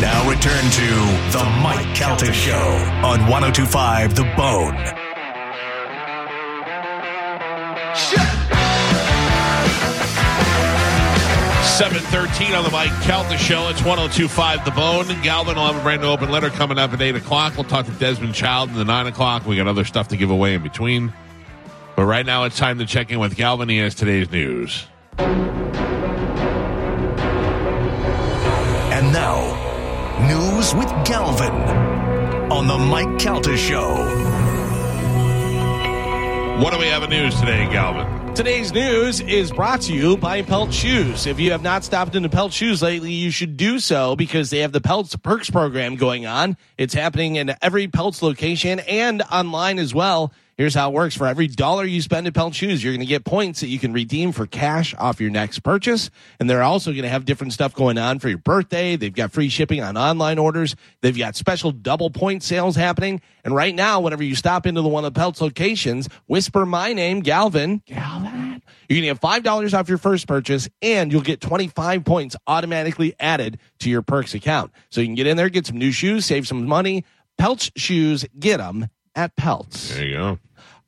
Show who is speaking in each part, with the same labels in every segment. Speaker 1: Now return to The Mike Calta Show on 1025 The Bone.
Speaker 2: Seven thirteen on the Mike Calta Show. It's one zero two five The Bone. Galvin will have a brand new open letter coming up at eight o'clock. We'll talk to Desmond Child in the nine o'clock. We got other stuff to give away in between. But right now, it's time to check in with Galvin. He has today's news.
Speaker 1: And now, news with Galvin on The Mike Calta Show.
Speaker 2: What do we have in news today, Galvin?
Speaker 3: Today's news is brought to you by Pelt Shoes. If you have not stopped into Pelt Shoes lately, you should do so because they have the Pelts Perks program going on. It's happening in every Pelts location and online as well. Here's how it works. For every dollar you spend at Pelt Shoes, you're going to get points that you can redeem for cash off your next purchase. And they're also going to have different stuff going on for your birthday. They've got free shipping on online orders. They've got special double point sales happening. And right now, whenever you stop into the one of Pelt's locations, whisper my name, Galvin. Galvin. You're going to get $5 off your first purchase and you'll get 25 points automatically added to your perks account. So you can get in there, get some new shoes, save some money. Pelt's shoes, get them at Pelt's.
Speaker 2: There you go.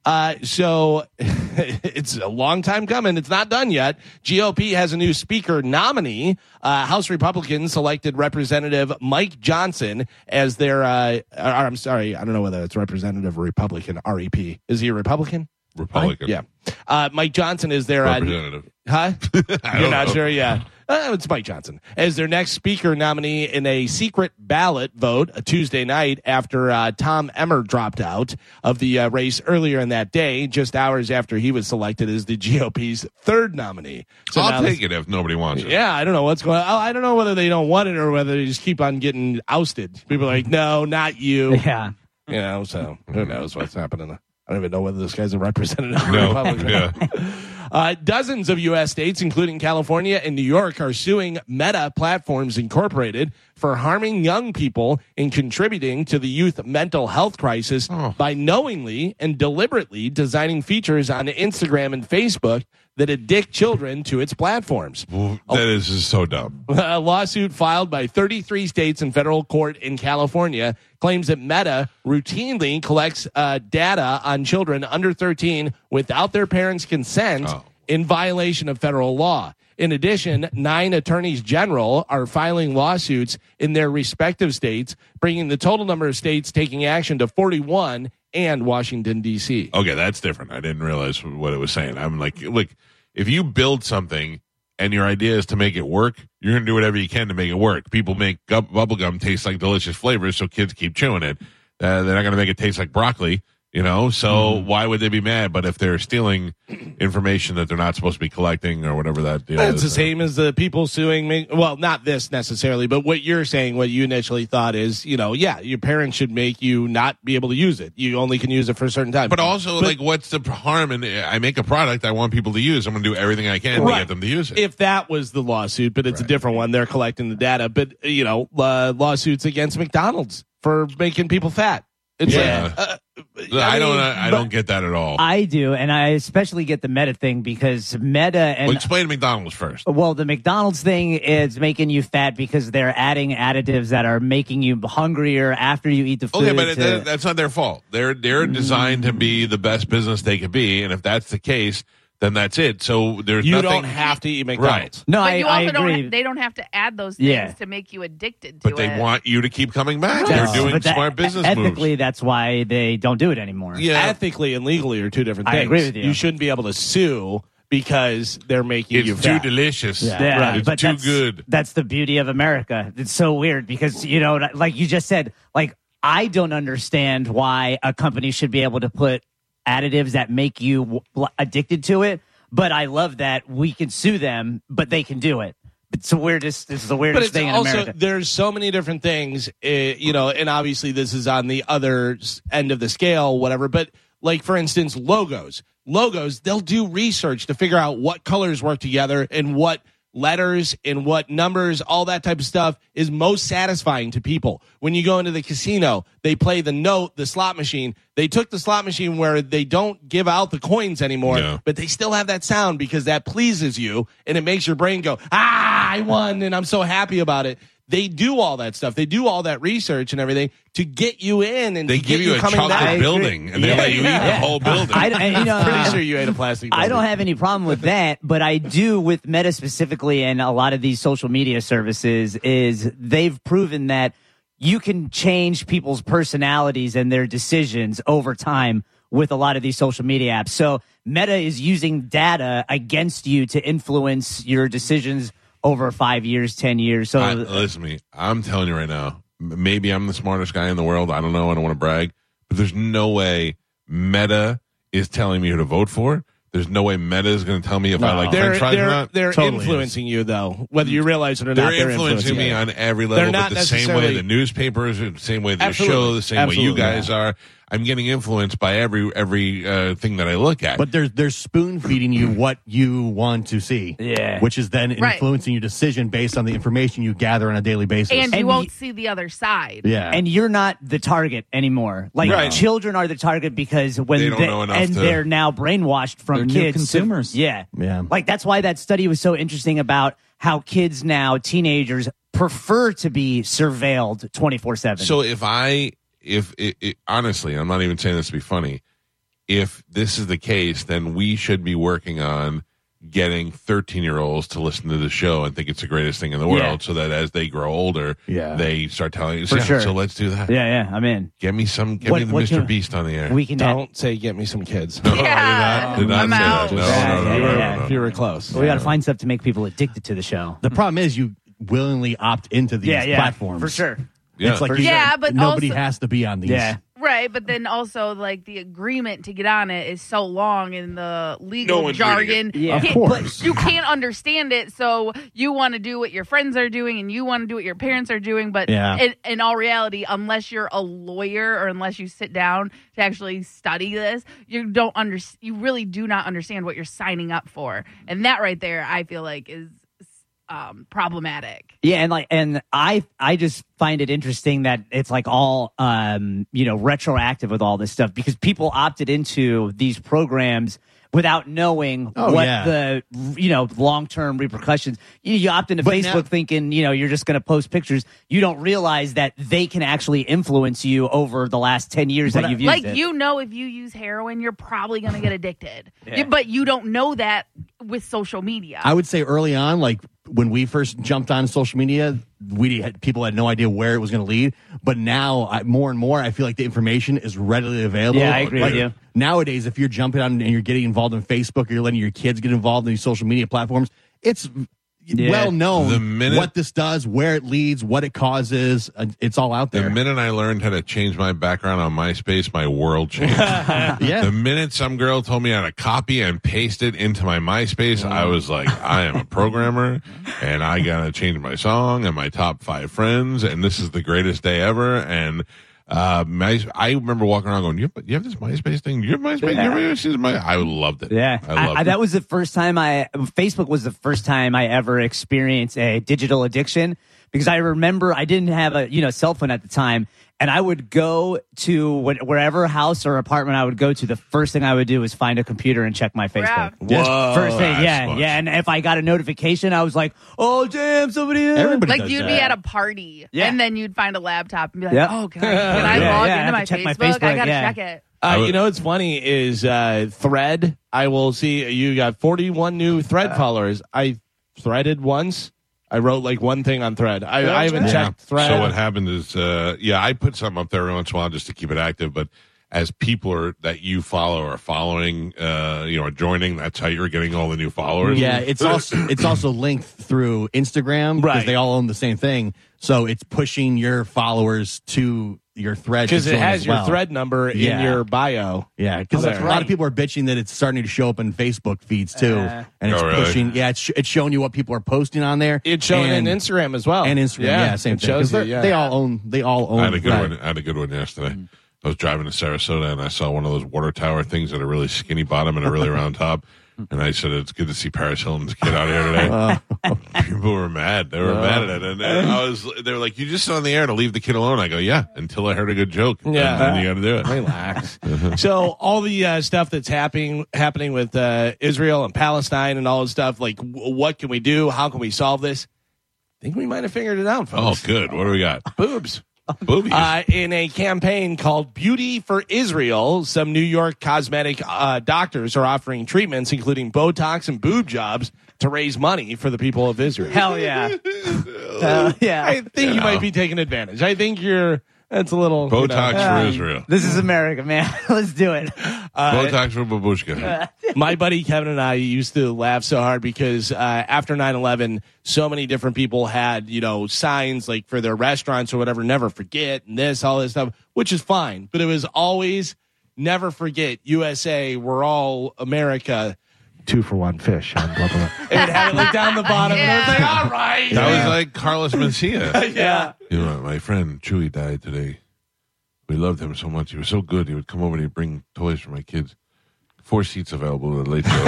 Speaker 3: Uh, so it's a long time coming. It's not done yet. GOP has a new speaker nominee. Uh, House Republicans selected Representative Mike Johnson as their, uh, or, I'm sorry, I don't know whether it's Representative or Republican, REP. Is he a Republican?
Speaker 2: Republican.
Speaker 3: Yeah. Uh, Mike Johnson is their, uh,
Speaker 2: Representative.
Speaker 3: huh?
Speaker 2: I
Speaker 3: You're
Speaker 2: don't
Speaker 3: not
Speaker 2: know.
Speaker 3: sure, yeah. Uh, it's Mike Johnson as their next speaker nominee in a secret ballot vote a Tuesday night after uh, Tom Emmer dropped out of the uh, race earlier in that day, just hours after he was selected as the GOP's third nominee. now
Speaker 2: I'll
Speaker 3: this-
Speaker 2: take it if nobody wants it.
Speaker 3: Yeah, I don't know what's going. on. I don't know whether they don't want it or whether they just keep on getting ousted. People are like, no, not you.
Speaker 4: Yeah.
Speaker 3: You know, so who knows what's happening. I don't even know whether this guy's a representative. or
Speaker 2: No.
Speaker 3: Republican.
Speaker 2: Yeah.
Speaker 3: Uh, dozens of U.S. states, including California and New York, are suing Meta Platforms Incorporated for harming young people and contributing to the youth mental health crisis by knowingly and deliberately designing features on Instagram and Facebook that addict children to its platforms.
Speaker 2: Well, That is just so dumb.
Speaker 3: A lawsuit filed by 33 states and federal court in California claims that Meta routinely collects uh, data on children under 13 without their parents' consent
Speaker 2: Oh.
Speaker 3: in violation of federal law. In addition, nine attorneys general are filing lawsuits in their respective states, bringing the total number of states taking action to 41 and Washington, D.C.
Speaker 2: Okay, that's different. I didn't realize what it was saying. I'm like, look, if you build something and your idea is to make it work, you're going to do whatever you can to make it work. People make gub- bubble gum taste like delicious flavors, so kids keep chewing it. Uh, they're not going to make it taste like broccoli, you know. So
Speaker 3: Mm-hmm.
Speaker 2: why would they be mad? But if they're stealing information that they're not supposed to be collecting or whatever that deal is,
Speaker 3: It's
Speaker 2: uh,
Speaker 3: the same as the people suing me. Well, not this necessarily, but what you're saying, what you initially thought is, you know, yeah, your parents should make you not be able to use it. You only can use it for a certain time.
Speaker 2: But also, like, what's the harm? And I make a product I want people to use. I'm going to do everything I can to
Speaker 3: Right.
Speaker 2: get them to use it.
Speaker 3: if that was the lawsuit, but it's a different one. They're collecting the data, but you know, uh, lawsuits against McDonald's for making people fat. It's
Speaker 2: Yeah.
Speaker 3: like, uh,
Speaker 2: I, don't.
Speaker 3: mean,
Speaker 2: I, I
Speaker 3: but-
Speaker 2: don't get that at all.
Speaker 4: I do, and I especially get the meta thing because meta and Oh,
Speaker 2: well, explain McDonald's first.
Speaker 4: Well, the McDonald's thing is making you fat because they're adding additives that are making you hungrier after you eat the food.
Speaker 2: Okay, but it,
Speaker 4: to-
Speaker 2: that, that's not their fault. They're they're designed to be the best business they could be, and if that's the case, then that's it. So there's
Speaker 3: You
Speaker 2: nothing,
Speaker 3: don't have to eat McDonald's.
Speaker 4: no,
Speaker 5: But
Speaker 4: I,
Speaker 5: you
Speaker 4: I
Speaker 5: also
Speaker 4: agree.
Speaker 5: don't. They don't have to add those things
Speaker 4: Yeah.
Speaker 5: to make you addicted to
Speaker 2: but they
Speaker 5: it.
Speaker 2: want you to keep coming back.
Speaker 4: Yes,
Speaker 2: They're doing
Speaker 4: but that-
Speaker 2: smart business
Speaker 4: Ethically,
Speaker 2: moves.
Speaker 4: that's why they don't do it anymore.
Speaker 2: Yeah,
Speaker 3: Ethically and legally are two different
Speaker 4: I
Speaker 3: things.
Speaker 4: agree with you.
Speaker 3: You shouldn't be able to sue because they're making you
Speaker 2: it's too
Speaker 3: fat.
Speaker 2: delicious.
Speaker 4: Yeah,
Speaker 2: Right. It's
Speaker 4: but
Speaker 2: too
Speaker 4: that's,
Speaker 2: good.
Speaker 4: That's the beauty of America. It's so weird because you know, like you just said, like I don't understand why a company should be able to put additives that make you w- l- addicted to it. But I love that we can sue them, but they can do it. It's the weirdest. It's the weirdest thing in America.
Speaker 3: there's so many different things, uh, you know, and obviously this is on the other s- end of the scale, whatever. But like for instance, logos, logos, they'll do research to figure out what colors work together and what letters and what numbers, all that type of stuff is most satisfying to people. When you go into the casino, they play the note, the slot machine. They took the slot machine where they don't give out the coins anymore,
Speaker 2: Yeah.
Speaker 3: but they still have that sound because that pleases you and it makes your brain go, ah, I won and I'm so happy about it. They do all that stuff. They do all that research and everything to get you in and
Speaker 2: They
Speaker 3: to
Speaker 2: give
Speaker 3: get
Speaker 2: you a
Speaker 3: coming
Speaker 2: chocolate
Speaker 3: back.
Speaker 2: building and they
Speaker 4: Yeah.
Speaker 2: let you eat the
Speaker 4: Yeah.
Speaker 2: whole building.
Speaker 4: I, and, you know,
Speaker 3: Pretty sure you ate a plastic.
Speaker 4: I
Speaker 3: building.
Speaker 4: don't have any problem with that, but I do with Meta specifically and a lot of these social media services is they've proven that you can change people's personalities and their decisions over time with a lot of these social media apps. So Meta is using data against you to influence your decisions over 5 years, 10 years. So
Speaker 2: I- listen to me. I'm telling you right now. m- Maybe I'm the smartest guy in the world. I don't know. I don't want to brag, but there's no way Meta is telling me who to vote for. There's no way Meta is going to tell me if I
Speaker 4: No.
Speaker 2: like
Speaker 3: They're
Speaker 2: French fries or
Speaker 3: they're
Speaker 2: not.
Speaker 3: they're
Speaker 6: Totally
Speaker 3: influencing you though, whether you realize it or
Speaker 2: They're
Speaker 3: not. They're
Speaker 2: influencing me
Speaker 3: you.
Speaker 2: on every level,
Speaker 3: not
Speaker 2: but the same way
Speaker 3: necessarily-
Speaker 2: the newspapers, the same way the
Speaker 3: Absolutely.
Speaker 2: show, the same way you
Speaker 6: Absolutely,
Speaker 2: guys are. I'm getting influenced by every every uh, thing that I look at.
Speaker 6: But they're they're spoon feeding you what you want to see.
Speaker 4: Yeah.
Speaker 6: Which is then
Speaker 5: Right.
Speaker 6: influencing your decision based on the information you gather on a daily basis.
Speaker 5: and you
Speaker 4: And
Speaker 5: won't
Speaker 4: y-
Speaker 5: see the other side.
Speaker 6: yeah.
Speaker 4: and you're not the target anymore. Like
Speaker 2: Right.
Speaker 4: children are the target because when
Speaker 2: They don't know enough
Speaker 4: and
Speaker 2: to-
Speaker 4: they're now brainwashed from
Speaker 7: They're new
Speaker 4: kids. to-
Speaker 7: consumers.
Speaker 4: yeah,
Speaker 6: Yeah.
Speaker 4: Like that's why that study was so interesting about how kids now, teenagers, prefer to be surveilled twenty four seven.
Speaker 2: So if I, if it, it, honestly, I'm not even saying this to be funny. If this is the case, then we should be working on getting 13 year olds to listen to the show and think it's the greatest thing in the world,
Speaker 4: Yeah.
Speaker 2: so that as they grow older,
Speaker 6: Yeah.
Speaker 2: they start telling you.
Speaker 4: For
Speaker 2: yeah,
Speaker 4: sure.
Speaker 2: So let's do that.
Speaker 4: yeah, yeah, I'm in.
Speaker 2: Get me some. Get
Speaker 4: What-
Speaker 2: me the
Speaker 4: what
Speaker 2: Mr.
Speaker 4: can-
Speaker 2: Beast on the air.
Speaker 4: We can have,
Speaker 3: Don't say get me some kids.
Speaker 2: no, I Oh, did
Speaker 5: Yeah.
Speaker 2: not- did not
Speaker 5: I'm
Speaker 2: say
Speaker 5: out.
Speaker 2: That. No, no, no,
Speaker 4: Yeah,
Speaker 2: no,
Speaker 4: yeah,
Speaker 2: no,
Speaker 4: yeah.
Speaker 2: no, no.
Speaker 3: If you were close.
Speaker 4: we got to find stuff to make people addicted to the show.
Speaker 6: the problem is you willingly opt into these
Speaker 4: yeah, yeah,
Speaker 6: platforms.
Speaker 4: for sure.
Speaker 2: Yeah.
Speaker 6: It's like
Speaker 4: For
Speaker 6: you,
Speaker 5: sure. Yeah, but
Speaker 6: nobody
Speaker 5: also-
Speaker 6: has to be on these.
Speaker 4: Yeah.
Speaker 5: Right, but then also like the agreement to get on it is so long in the
Speaker 2: No
Speaker 5: legal
Speaker 2: one's reading
Speaker 5: jargon.
Speaker 4: it. Yeah. Of
Speaker 5: Can't-
Speaker 6: course.
Speaker 5: But you can't understand it, so you want to do what your friends are doing and you want to do what your parents are doing, but
Speaker 6: Yeah.
Speaker 5: in, in all reality, unless you're a lawyer or unless you sit down to actually study this, you don't under you really do not understand what you're signing up for. And that right there I feel like is um problematic.
Speaker 4: Yeah, and like, and I, I just find it interesting that it's like all, um, you know, retroactive with all this stuff because people opted into these programs without knowing
Speaker 6: Oh,
Speaker 4: what
Speaker 6: yeah.
Speaker 4: the, you know, long term repercussions. You, you opt into
Speaker 6: But
Speaker 4: Facebook
Speaker 6: now-
Speaker 4: thinking, you know, you're just going to post pictures. You don't realize that they can actually influence you over the last ten years that you've used
Speaker 5: like
Speaker 4: it.
Speaker 5: you know if you use heroin you're probably going to get addicted You- but you don't know that with social media
Speaker 6: I would say early on, like when we first jumped on social media, we had, people had no idea where it was going to lead. But now, I, more and more, I feel like the information is readily available.
Speaker 4: Yeah, I agree
Speaker 6: Like,
Speaker 4: with you.
Speaker 6: Nowadays, if you're jumping on and you're getting involved in Facebook, or you're letting your kids get involved in these social media platforms. It's well known
Speaker 2: The minute-
Speaker 6: what this does, where it leads, what it causes. uh, It's all out
Speaker 2: The
Speaker 6: there.
Speaker 2: minute I learned how to change my background on MySpace, my world changed.
Speaker 6: yeah.
Speaker 2: The minute some girl told me how to copy and paste it into my MySpace, I was like, I am a programmer and I gotta change my song and my top five friends, and this is the greatest day ever. And uh, my, I remember walking around going, you have, you have this MySpace thing? You have MySpace? You have MySpace? My, I loved it.
Speaker 4: Yeah,
Speaker 2: I loved it.
Speaker 4: that was the first time I Facebook was the first time I ever experienced a digital addiction because I remember I didn't have a you know cell phone at the time, and I would go to what, wherever house or apartment I would go to. The first thing I would do is find a computer and check my Facebook.
Speaker 5: Wow.
Speaker 4: Just
Speaker 2: Whoa,
Speaker 4: first thing,
Speaker 2: that's
Speaker 4: yeah,
Speaker 2: smart.
Speaker 4: yeah. And if I got a notification, I was like, "Oh damn, somebody!" Else.
Speaker 6: Everybody
Speaker 5: like
Speaker 6: does
Speaker 5: you'd
Speaker 6: that.
Speaker 5: be at a party
Speaker 4: Yeah.
Speaker 5: and then you'd find a laptop and be like
Speaker 4: Yeah.
Speaker 5: oh can I, can I
Speaker 4: Yeah,
Speaker 5: log
Speaker 4: yeah, I have to
Speaker 5: into my
Speaker 4: check
Speaker 5: facebook?
Speaker 4: my
Speaker 5: i
Speaker 4: Facebook,
Speaker 5: gotta
Speaker 4: yeah.
Speaker 5: check it
Speaker 3: Uh,
Speaker 2: would-
Speaker 3: you know what's funny is uh, thread. I will see you got 41 new thread
Speaker 2: Uh,
Speaker 3: followers. I threaded once. I wrote like one thing on thread. I, I haven't
Speaker 2: Yeah.
Speaker 3: checked thread.
Speaker 2: So what happened is, uh, yeah, I put something up there every once in a while just to keep it active. But as people are that you follow are following, uh, you know, are joining, that's how you're getting all the new followers.
Speaker 6: Yeah, it's also it's also linked through Instagram because
Speaker 3: Right.
Speaker 6: they all own the same thing. So it's pushing your followers to your thread to
Speaker 3: because it
Speaker 6: join
Speaker 3: has
Speaker 6: as
Speaker 3: your
Speaker 6: well.
Speaker 3: thread number
Speaker 6: Yeah.
Speaker 3: in your bio.
Speaker 6: Yeah, because
Speaker 3: Oh,
Speaker 6: a
Speaker 3: that's
Speaker 6: lot
Speaker 4: right.
Speaker 6: of people are bitching that it's starting to show up in Facebook feeds too,
Speaker 3: Uh,
Speaker 6: and it's
Speaker 2: Oh, really?
Speaker 6: pushing. Yeah, it's, sh- it's showing you what people are posting on there.
Speaker 3: It's showing
Speaker 6: and,
Speaker 3: in Instagram as well.
Speaker 6: and Instagram. Yeah, same
Speaker 3: it
Speaker 6: thing.
Speaker 3: shows
Speaker 6: 'Cause
Speaker 3: you,
Speaker 6: they're-
Speaker 3: yeah.
Speaker 6: They all own. They all own.
Speaker 2: I had a good
Speaker 6: that.
Speaker 2: one. I had a good one yesterday.
Speaker 3: Mm-hmm.
Speaker 2: I was driving to Sarasota and I saw one of those water tower things that are really skinny bottom and a really round top. And I said, "It's good to see Paris Hilton's kid out here today."
Speaker 3: Oh.
Speaker 2: People were mad. They were mad at it, and and I was. They were like, "You just said on the air to leave the kid alone." I go, "Yeah," until I heard a good joke.
Speaker 3: Yeah.
Speaker 2: and then you got to do it.
Speaker 3: relax. so all the uh, stuff that's happening happening with uh, Israel and Palestine and all this stuff, like w- what can we do? How can we solve this? think we might have figured it out,
Speaker 2: Oh,
Speaker 3: folks.
Speaker 2: good. What do we got?
Speaker 3: Boobs.
Speaker 2: Boobies.
Speaker 3: Uh, in a campaign called Beauty for Israel, some New York cosmetic uh, doctors are offering treatments, including Botox and boob jobs, to raise money for the people of Israel.
Speaker 4: Hell yeah. Hell yeah.
Speaker 3: I think you
Speaker 2: Yeah.
Speaker 3: might be taking advantage. I think you're. That's a little you know.
Speaker 2: Botox
Speaker 4: Um,
Speaker 2: for Israel.
Speaker 4: This is America, man. Let's do it.
Speaker 3: uh,
Speaker 2: Botox for babushka.
Speaker 3: my buddy Kevin and I used to laugh so hard because uh, after 9 11, so many different people had, you know, signs like for their restaurants or whatever, never forget and this, all this stuff, which is fine. But it was always never forget USA, we're all America. Two for one fish. On blah, blah, blah. and it had it like down the bottom. And I was like, all right.
Speaker 2: That was like Carlos Mencia.
Speaker 3: yeah.
Speaker 2: you know, my friend Chewy died today. We loved him so much. He was so good. He would come over and he'd bring toys for my kids. Four seats available at the late show.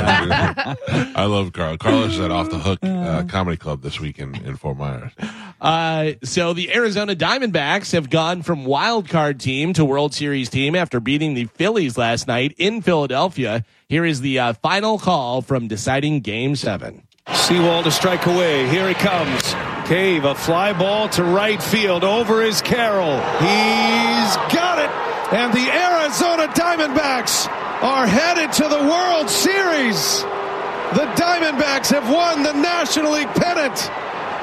Speaker 2: I love Carl. Carlos is at Off the Hook uh, Comedy Club this weekend in Fort Myers.
Speaker 3: Uh, so the Arizona Diamondbacks have gone from wild card team to World Series team after beating the Phillies last night in Philadelphia. Here is the uh, final call from deciding Game Seven.
Speaker 7: Seawall to strike away. Here he comes. Cave, a fly ball to right field. Over is Carroll. He's got it. And the Arizona Diamondbacks are headed to the World Series. The Diamondbacks have won the National League pennant.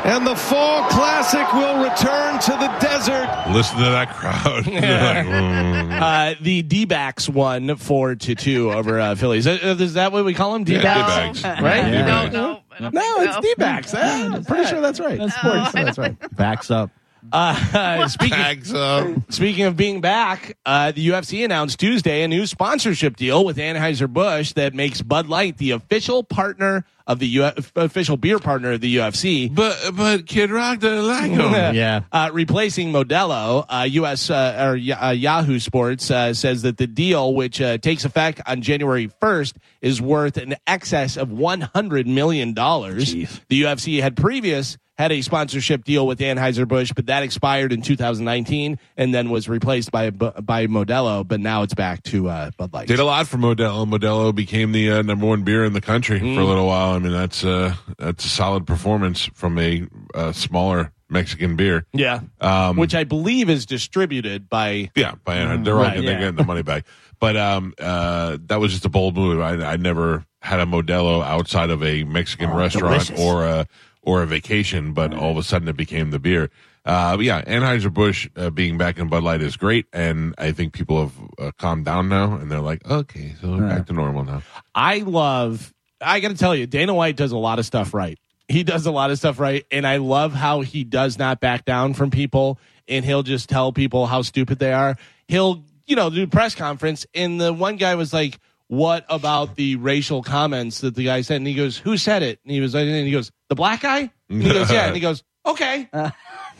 Speaker 7: And the Fall Classic will return to the desert.
Speaker 2: Listen to that crowd. They're like, "Mm."
Speaker 3: Uh, the D-backs won four to two over uh, Phillies. Uh, uh, is that what we call them?
Speaker 2: Yeah,
Speaker 3: D-backs,
Speaker 2: D-bags.
Speaker 3: right?
Speaker 2: Yeah.
Speaker 5: No,
Speaker 2: D-backs.
Speaker 5: no, I don't
Speaker 3: No,
Speaker 5: think
Speaker 3: it's
Speaker 5: so.
Speaker 3: D-backs. Uh, I'm pretty sure that's right.
Speaker 6: Sports. That's right. Backs up.
Speaker 3: Uh, speaking
Speaker 2: Bags up.
Speaker 3: Speaking of being back, uh, the UFC announced Tuesday a new sponsorship deal with Anheuser-Busch that makes Bud Light the official partner of the U- official beer partner of the UFC.
Speaker 2: But but Kid Rock doesn't like him.
Speaker 6: Yeah.
Speaker 3: Uh, replacing Modelo, uh, U.S. Uh, or uh, Yahoo Sports uh, says that the deal, which uh, takes effect on January 1st, is worth an excess of 100 million dollars. The UFC had previous had a sponsorship deal with Anheuser Busch, but that expired in 2019 and then was replaced by Bu- by Modelo. But now it's back to uh, Bud Light.
Speaker 2: Did a lot for Modelo. Modelo became the uh, number one beer in the country for a little while. I mean, that's uh, that's a solid performance from a uh, smaller Mexican beer.
Speaker 3: yeah,
Speaker 2: Um,
Speaker 3: which I believe is distributed by.
Speaker 2: Yeah, by they're all
Speaker 3: Mm, Right,
Speaker 2: getting,
Speaker 4: yeah.
Speaker 2: they're getting the money back. But um, uh, that was just a bold move. I, I never had a Modelo outside of a Mexican
Speaker 3: Oh,
Speaker 2: restaurant
Speaker 4: delicious.
Speaker 2: or a or a vacation, but
Speaker 3: Mm.
Speaker 2: all of a sudden it became the beer. Uh, but yeah, Anheuser Busch uh, being back in Bud Light is great, and I think people have uh, calmed down now, and they're like, okay, so we're back to normal now.
Speaker 3: I love. I got to tell you, Dana White does a lot of stuff right. He does a lot of stuff right, and I love how he does not back down from people, and he'll just tell people how stupid they are. He'll, you know, do a press conference, and the one guy was like, "What about the racial comments that the guy said?" And he goes, "Who said it?" And he was, and he goes, "The black guy." And he goes, "Yeah," and he goes, "Okay."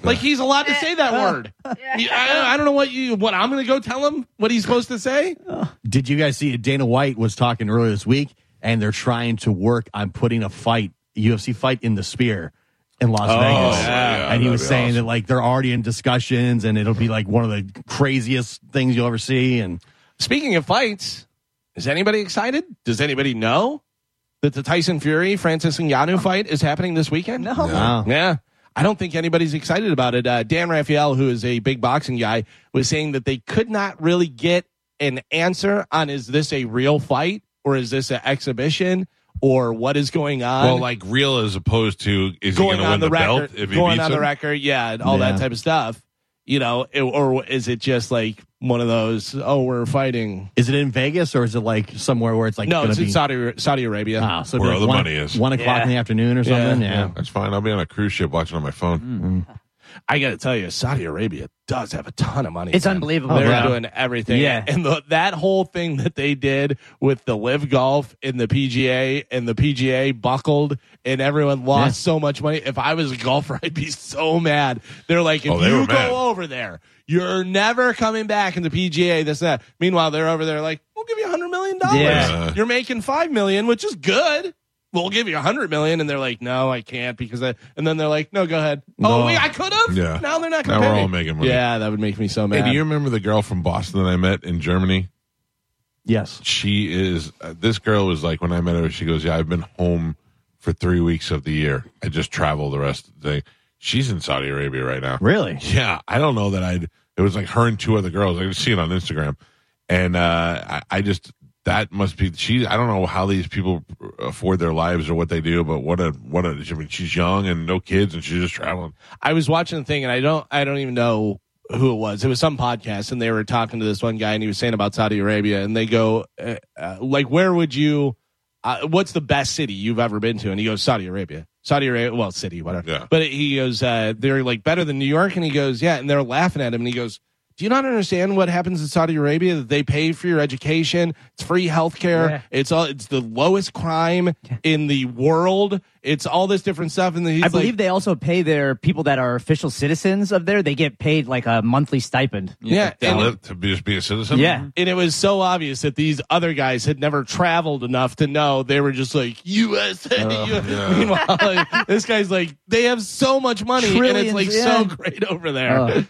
Speaker 3: Like he's allowed to say that word. I, I don't know what you what I'm going to go tell him what he's supposed to say.
Speaker 6: Did you guys see it? Dana White was talking earlier this week, and they're trying to work on putting a fight, UFC fight, in the Spear in Las Vegas.
Speaker 2: Oh, yeah.
Speaker 6: and he
Speaker 2: That'd
Speaker 6: was
Speaker 2: be
Speaker 6: saying
Speaker 2: awesome.
Speaker 6: that like they're already in discussions, and it'll be like one of the craziest things you'll ever see. And
Speaker 3: Speaking of fights, is anybody excited? Does anybody know that the Tyson Fury Francis Ngannou fight is happening this weekend? No.
Speaker 6: wow.
Speaker 3: Yeah. I don't think anybody's excited about it. Uh, Dan Raphael, who is a big boxing guy, was saying that they could not really get an answer on is this a real fight or is this an exhibition or what is going on?
Speaker 2: Well, like real as opposed to is he
Speaker 3: Uh,
Speaker 2: going
Speaker 3: going
Speaker 2: to win
Speaker 3: on
Speaker 2: the,
Speaker 3: the,
Speaker 2: belt
Speaker 3: record,
Speaker 2: if he
Speaker 3: going
Speaker 2: beats
Speaker 3: on the
Speaker 2: him?
Speaker 3: record, yeah, and all that
Speaker 6: Yeah.
Speaker 3: type of stuff. You know, it- or is it just like one of those? Oh, we're fighting.
Speaker 6: Is it in Vegas or is it like somewhere where it's like
Speaker 3: No,
Speaker 6: gonna
Speaker 3: it's
Speaker 6: be,
Speaker 3: in Saudi Saudi Arabia.
Speaker 6: Ah, so it'd be,
Speaker 2: Where
Speaker 6: like,
Speaker 2: all the
Speaker 6: one,
Speaker 2: money is.
Speaker 6: one o'clock in the afternoon or something. Yeah,
Speaker 2: That's fine. I'll be on a cruise ship watching on my phone.
Speaker 3: Mm, I got to tell you, Saudi Arabia does have a ton of money.
Speaker 4: It's
Speaker 3: man.
Speaker 4: unbelievable.
Speaker 3: They're
Speaker 6: yeah.
Speaker 3: doing everything.
Speaker 4: Oh, Yeah.
Speaker 3: And the, that whole thing that they did with the live golf and the PGA and the PGA buckled and everyone lost so much money. If I was a golfer, I'd be so mad. They're like, if
Speaker 2: Oh, they
Speaker 3: you
Speaker 2: were
Speaker 3: go
Speaker 2: mad.
Speaker 3: over there, you're never coming back in the PGA, this and that. Meanwhile, they're over there like, we'll give you a hundred million dollars.
Speaker 2: Yeah.
Speaker 3: You're making five million, which is good. We'll give you a hundred million, and they're like, "No, I can't," because I. And then they're like, "No, go ahead." Oh,
Speaker 6: No.
Speaker 3: wait, I could have.
Speaker 2: Yeah.
Speaker 3: Now they're not.
Speaker 2: Now we're
Speaker 3: competing.
Speaker 2: all making money.
Speaker 3: Yeah, that would make me so mad.
Speaker 2: Hey, do you remember the girl from Boston that I met in Germany?
Speaker 6: yes.
Speaker 2: She is. Uh, this girl was like when I met her. She goes, "Yeah, I've been home for three weeks of the year and just travel the rest of the day. She's in Saudi Arabia right now.
Speaker 6: Really?
Speaker 2: Yeah, I don't know that I'd. It was like her and two other girls. I could see it on Instagram, and uh, I, I just that must be she. I don't know how these people afford their lives or what they do, but what a what a. I mean, she's young and no kids, and she's just traveling.
Speaker 3: I was watching the thing, and I don't, I don't even know who it was. It was some podcast, and they were talking to this one guy, and he was saying about Saudi Arabia, and they go, uh, uh, like, where would you? Uh, what's the best city you've ever been to? And he goes, Saudi Arabia. Saudi Arabia, well, city, whatever.
Speaker 2: Yeah.
Speaker 3: But he goes, uh, they're like better than New York, and he goes, yeah, and they're laughing at him, and he goes. Do you not understand what happens in Saudi Arabia? That they pay for your education, it's free healthcare,
Speaker 4: Yeah.
Speaker 3: it's all it's the lowest crime in the world, it's all this different stuff. And then he's
Speaker 4: I
Speaker 3: like-
Speaker 4: believe they also pay their people that are official citizens of there. They get paid like a monthly stipend.
Speaker 3: yeah,
Speaker 2: To,
Speaker 3: and-
Speaker 2: live, to be, just be a citizen.
Speaker 4: Yeah.
Speaker 3: and it was so obvious that these other guys had never traveled enough to know they were just like USA.
Speaker 6: Oh,
Speaker 2: yeah.
Speaker 3: Meanwhile, like, this guy's like they have so much money and it's
Speaker 4: Trillions,
Speaker 3: like
Speaker 4: yeah.
Speaker 3: so great over there.
Speaker 4: Uh,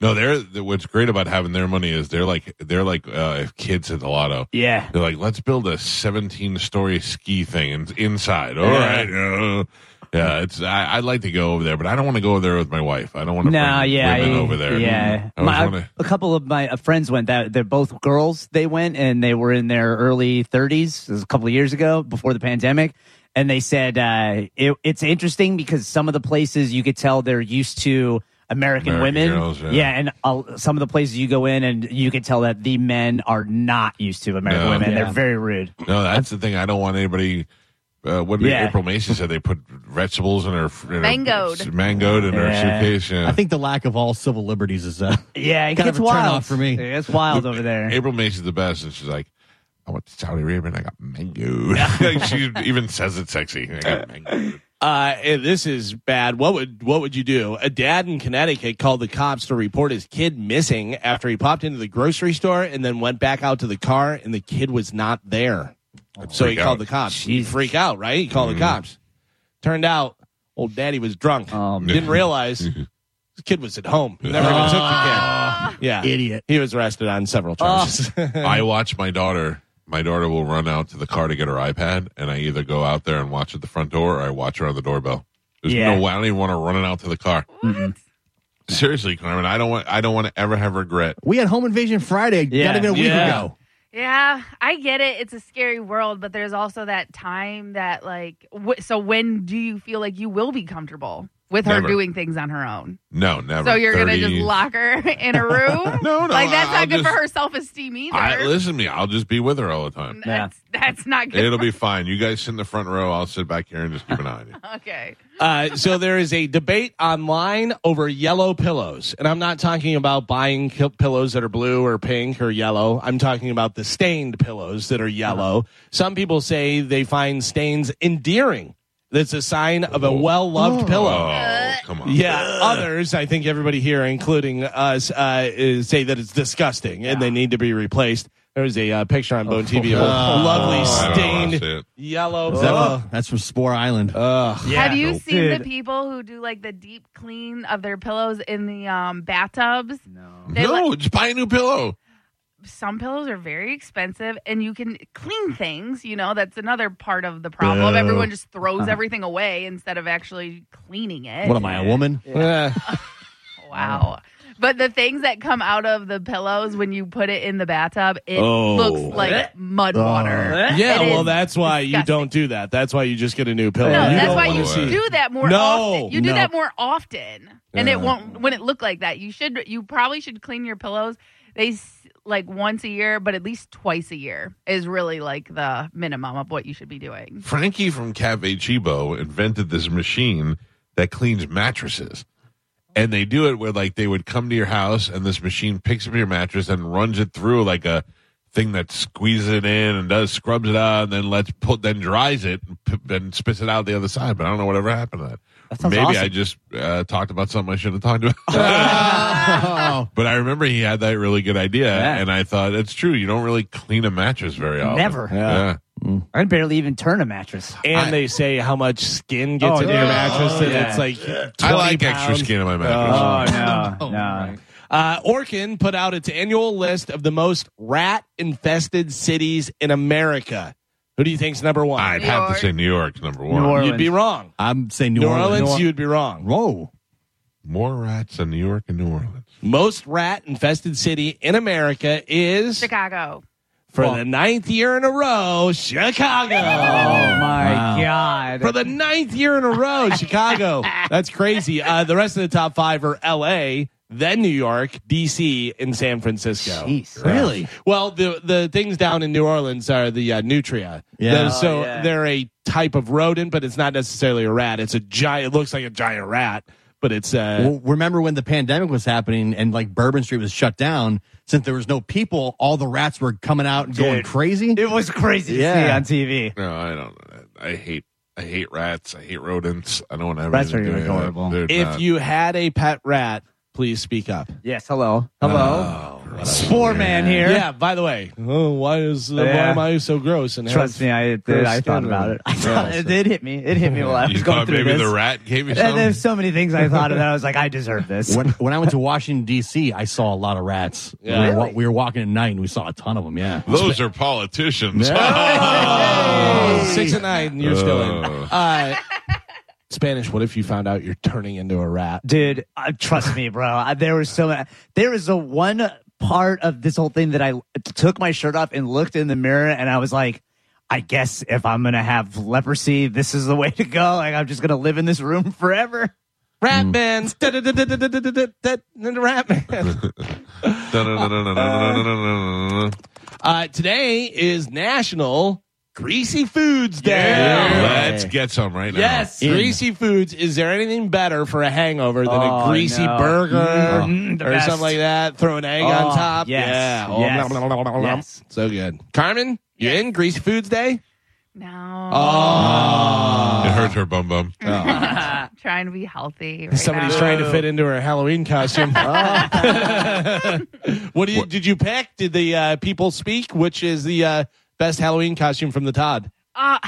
Speaker 2: No, they're the- what's great about having their money is they're like they're like uh, if kids hit the lotto.
Speaker 4: yeah.
Speaker 2: They're like, let's build a 17 story ski thing in- inside. All
Speaker 3: Yeah.
Speaker 2: right, uh, yeah, it's. I, I'd like to go over there, but I don't want to go over there with my wife. I don't want to.
Speaker 4: No, yeah,
Speaker 2: women
Speaker 4: I-
Speaker 2: over there.
Speaker 4: Yeah,
Speaker 2: I always
Speaker 4: My-
Speaker 2: wanna-
Speaker 4: a couple of my uh, friends went. That they're both girls. They went and they were in their early 30s. This was a couple of years ago, before the pandemic, and they said uh, it, it's interesting because some of the places you could tell they're used to. American,
Speaker 2: American
Speaker 4: women,
Speaker 2: girls, yeah.
Speaker 4: and uh, some of the places you go in, and you can tell that the men are not used to American
Speaker 2: No.
Speaker 4: women.
Speaker 2: Yeah.
Speaker 4: They're very rude.
Speaker 2: No, that's the thing. I don't want anybody. Uh, what did
Speaker 4: Yeah.
Speaker 2: April Mason said? They put vegetables in her in her-
Speaker 5: Mangoed.
Speaker 2: mangoed in
Speaker 4: Yeah.
Speaker 2: her suitcase. Yeah.
Speaker 6: I think the lack of all civil liberties is uh,
Speaker 4: Yeah, it
Speaker 6: Kind of
Speaker 4: gets
Speaker 6: a
Speaker 4: wild
Speaker 6: turnoff for me.
Speaker 4: It's wild over there.
Speaker 2: April Mason's the best, and she's like, I went to Saudi Arabia and I got mangoed. Like, she even says it sexy. I got mangoed.
Speaker 3: Uh, and this is bad. What would what would you do? A dad in Connecticut called the cops to report his kid missing after he popped into the grocery store and then went back out to the car, and the kid was not there. so he
Speaker 2: freak out.
Speaker 3: called the cops. He
Speaker 4: Jeez.
Speaker 3: freak out, right? He called the cops. Turned out, old daddy was drunk.
Speaker 4: Oh, man.
Speaker 3: Didn't realize the kid was at home. Never even took the kid. Yeah,
Speaker 6: idiot.
Speaker 3: he was arrested on several charges.
Speaker 2: I watch my daughter. My daughter will run out to the car to get her iPad, and I either go out there and watch at the front door, or I watch her on the doorbell. There's
Speaker 4: Yeah.
Speaker 2: no way I don't even want her running out to the car. Seriously, Carmen, I don't want. I don't want to ever have regret.
Speaker 6: We had home invasion Friday,
Speaker 4: Yeah.
Speaker 6: not even a week
Speaker 3: Yeah.
Speaker 6: ago.
Speaker 5: Yeah,
Speaker 2: Mm-hmm.
Speaker 5: I get it. It's a scary world, but there's also that time that like w- so when do you feel like you will be comfortable with her
Speaker 2: Never.
Speaker 5: doing things on her own?
Speaker 2: No, never.
Speaker 5: So you're going to
Speaker 2: 30
Speaker 5: just lock her in a room?
Speaker 2: No, no,
Speaker 5: Like that's
Speaker 2: I'll
Speaker 5: not good
Speaker 2: just-
Speaker 5: for her self-esteem either.
Speaker 2: I, listen to me. I'll just be with her all the time.
Speaker 5: that's, that's not good.
Speaker 2: It'll be fine. You guys sit in the front row. I'll sit back here and just keep an eye on you.
Speaker 5: okay.
Speaker 3: Uh, so there is a debate online over yellow pillows, and I'm not talking about buying ki- pillows that are blue or pink or yellow. I'm talking about the stained pillows that are yellow. Some people say they find stains endearing. That's a sign of a well-loved pillow.
Speaker 2: Oh, come on.
Speaker 3: Yeah, others, I think everybody here, including us, uh, is, say that it's disgusting and they need to be replaced. There was a uh, picture on Bone TV of a lovely
Speaker 2: I don't wanna
Speaker 3: stained
Speaker 2: see it.
Speaker 3: yellow
Speaker 6: Is that-
Speaker 3: pillow.
Speaker 6: that's from Spore Island.
Speaker 5: Have you seen the
Speaker 4: Dude.
Speaker 5: people who do like the deep clean of their pillows in the um, bathtubs? No. They,
Speaker 2: No,
Speaker 5: like,
Speaker 2: just buy a new pillow.
Speaker 5: some pillows are very expensive and you can clean things, you know, that's another part of the problem. Everyone just throws everything away instead of actually cleaning it.
Speaker 6: Uh-huh. What am I, a woman?
Speaker 3: Yeah.
Speaker 5: Wow. But the things that come out of the pillows when you put it in the bathtub, it
Speaker 6: Oh.
Speaker 5: looks like mud water.
Speaker 3: Yeah,
Speaker 5: It
Speaker 3: well,
Speaker 5: is
Speaker 3: that's why you
Speaker 5: disgusting.
Speaker 3: don't do that. That's why you just get a new pillow.
Speaker 5: No,
Speaker 3: You
Speaker 5: that's
Speaker 3: don't
Speaker 5: why
Speaker 2: wanna
Speaker 5: you
Speaker 2: see it.
Speaker 5: do that more
Speaker 3: No,
Speaker 5: often. You do
Speaker 3: no.
Speaker 5: that more often, and it won't. When it look like that, you should. You probably should clean your pillows. They s- like once a year, but at least twice a year is really like the minimum of what you should be doing.
Speaker 2: Frankie from Cafe Chibo invented this machine that cleans mattresses. And they do it where like they would come to your house and this machine picks up your mattress and runs it through like a thing that squeezes it in and does scrubs it out and then lets put then dries it and, p- then spits it out the other side. But I don't know whatever happened to that.
Speaker 4: That sounds
Speaker 2: Maybe
Speaker 4: awesome.
Speaker 2: I just uh, talked about something I shouldn't have talked about.
Speaker 6: Oh.
Speaker 2: but I remember he had that really good idea,
Speaker 4: Yeah.
Speaker 2: and I thought it's true. You don't really clean a mattress very often.
Speaker 4: Never.
Speaker 2: Yeah.
Speaker 4: I can barely even turn a mattress.
Speaker 3: And they say how much skin gets
Speaker 4: Oh,
Speaker 3: in your
Speaker 4: yeah.
Speaker 3: mattress,
Speaker 4: Oh,
Speaker 3: and
Speaker 4: yeah.
Speaker 3: it's like
Speaker 2: I
Speaker 3: 20
Speaker 2: like extra
Speaker 3: pounds.
Speaker 2: skin on my mattress.
Speaker 4: Oh no, no.
Speaker 3: Uh, Orkin put out its annual list of the most rat-infested cities in America. Who do you think's number one?
Speaker 2: I'd
Speaker 5: New
Speaker 2: have
Speaker 5: York.
Speaker 2: to say New York's number one.
Speaker 4: New Orleans.
Speaker 3: You'd be wrong.
Speaker 6: I'm saying New,
Speaker 3: New
Speaker 6: Orleans.
Speaker 3: Orleans, you'd be wrong.
Speaker 6: Whoa.
Speaker 2: More rats in New York and New Orleans.
Speaker 3: Most rat infested city in America is
Speaker 5: Chicago.
Speaker 3: for the ninth year in a row, Chicago.
Speaker 4: Oh my god.
Speaker 3: For the ninth year in a row, Chicago. That's crazy. Uh, the rest of the top five are L.A., then New York, D.C., and San Francisco.
Speaker 4: Jeez.
Speaker 6: Really?
Speaker 3: Well, the the things down in New Orleans are the uh, nutria.
Speaker 6: Yeah.
Speaker 3: They're- so
Speaker 4: Oh, yeah.
Speaker 3: they're a type of rodent, but it's not necessarily a rat. It's a giant. It looks like a giant rat, but it's uh,
Speaker 6: Well, remember when the pandemic was happening and like Bourbon Street was shut down since there was no people, all the rats were coming out and going
Speaker 4: Dude.
Speaker 6: crazy.
Speaker 4: It was crazy to
Speaker 6: Yeah.
Speaker 4: see on TV.
Speaker 2: No, I don't. I hate. I hate rats. I hate rodents. I don't want to have
Speaker 4: Rats
Speaker 2: anything
Speaker 4: are
Speaker 2: to do with
Speaker 4: adorable.
Speaker 2: that. They're
Speaker 3: if
Speaker 2: not-
Speaker 3: you had a pet rat, please speak up.
Speaker 4: Yes, hello. Uh, Hello.
Speaker 2: Oh, gross.
Speaker 4: Spore man here.
Speaker 3: Yeah. By the way, oh, why is uh, why
Speaker 4: Yeah.
Speaker 3: am I so gross? And
Speaker 4: Trust
Speaker 3: have-
Speaker 4: me, I
Speaker 3: gross
Speaker 4: I
Speaker 3: skin
Speaker 4: thought about
Speaker 3: and-
Speaker 4: it. I thought, it did hit me. It hit me while I
Speaker 2: You
Speaker 4: was going
Speaker 2: thought
Speaker 4: through
Speaker 2: maybe
Speaker 4: this.
Speaker 2: the rat gave you
Speaker 4: And
Speaker 2: something.
Speaker 4: there's so many things I thought of that I was like, I deserve this.
Speaker 6: when, when I went to Washington D.C., I saw a lot of rats.
Speaker 3: Yeah.
Speaker 6: We, were, wa-
Speaker 4: Really?
Speaker 6: we were walking at night and we saw a ton of them. Yeah,
Speaker 2: Those are politicians.
Speaker 3: Oh, Six and nine, you're still in.
Speaker 2: Oh.
Speaker 3: Uh, Spanish. What if you found out you're turning into a rat?
Speaker 4: Dude, uh, trust me, bro. I, there was so many. There was a one part of this whole thing that I took my shirt off and looked in the mirror, and I was like, I guess if I'm gonna have leprosy, this is the way to go. Like I'm just gonna live in this room forever.
Speaker 3: Rat man. Rat man.
Speaker 2: Dun-dun-dun-dun-dun-dun-dun-dun-dun-dun-dun.
Speaker 3: Uh, today is National Greasy Foods Day.
Speaker 2: Let's get some right now.
Speaker 3: Yes, greasy foods. Is there anything better for a hangover than
Speaker 4: Oh,
Speaker 3: a greasy
Speaker 4: no.
Speaker 3: burger
Speaker 4: Mm, the
Speaker 3: or
Speaker 4: best.
Speaker 3: something like that? Throw an egg
Speaker 4: Oh,
Speaker 3: on top.
Speaker 4: yes,
Speaker 3: Yeah. Oh,
Speaker 4: yes,
Speaker 3: nom, nom, nom, nom, nom, nom.
Speaker 4: yes.
Speaker 3: So good. Carmen, you in Greasy Foods Day?
Speaker 5: No.
Speaker 3: Oh.
Speaker 2: It hurts her bum bum.
Speaker 5: trying to be healthy. Right
Speaker 3: Somebody's
Speaker 5: now.
Speaker 3: trying to fit into her Halloween costume.
Speaker 5: Oh.
Speaker 3: what did you, did you pick? Did the uh, people speak? Which is the uh, best Halloween costume from the Todd?
Speaker 5: Uh,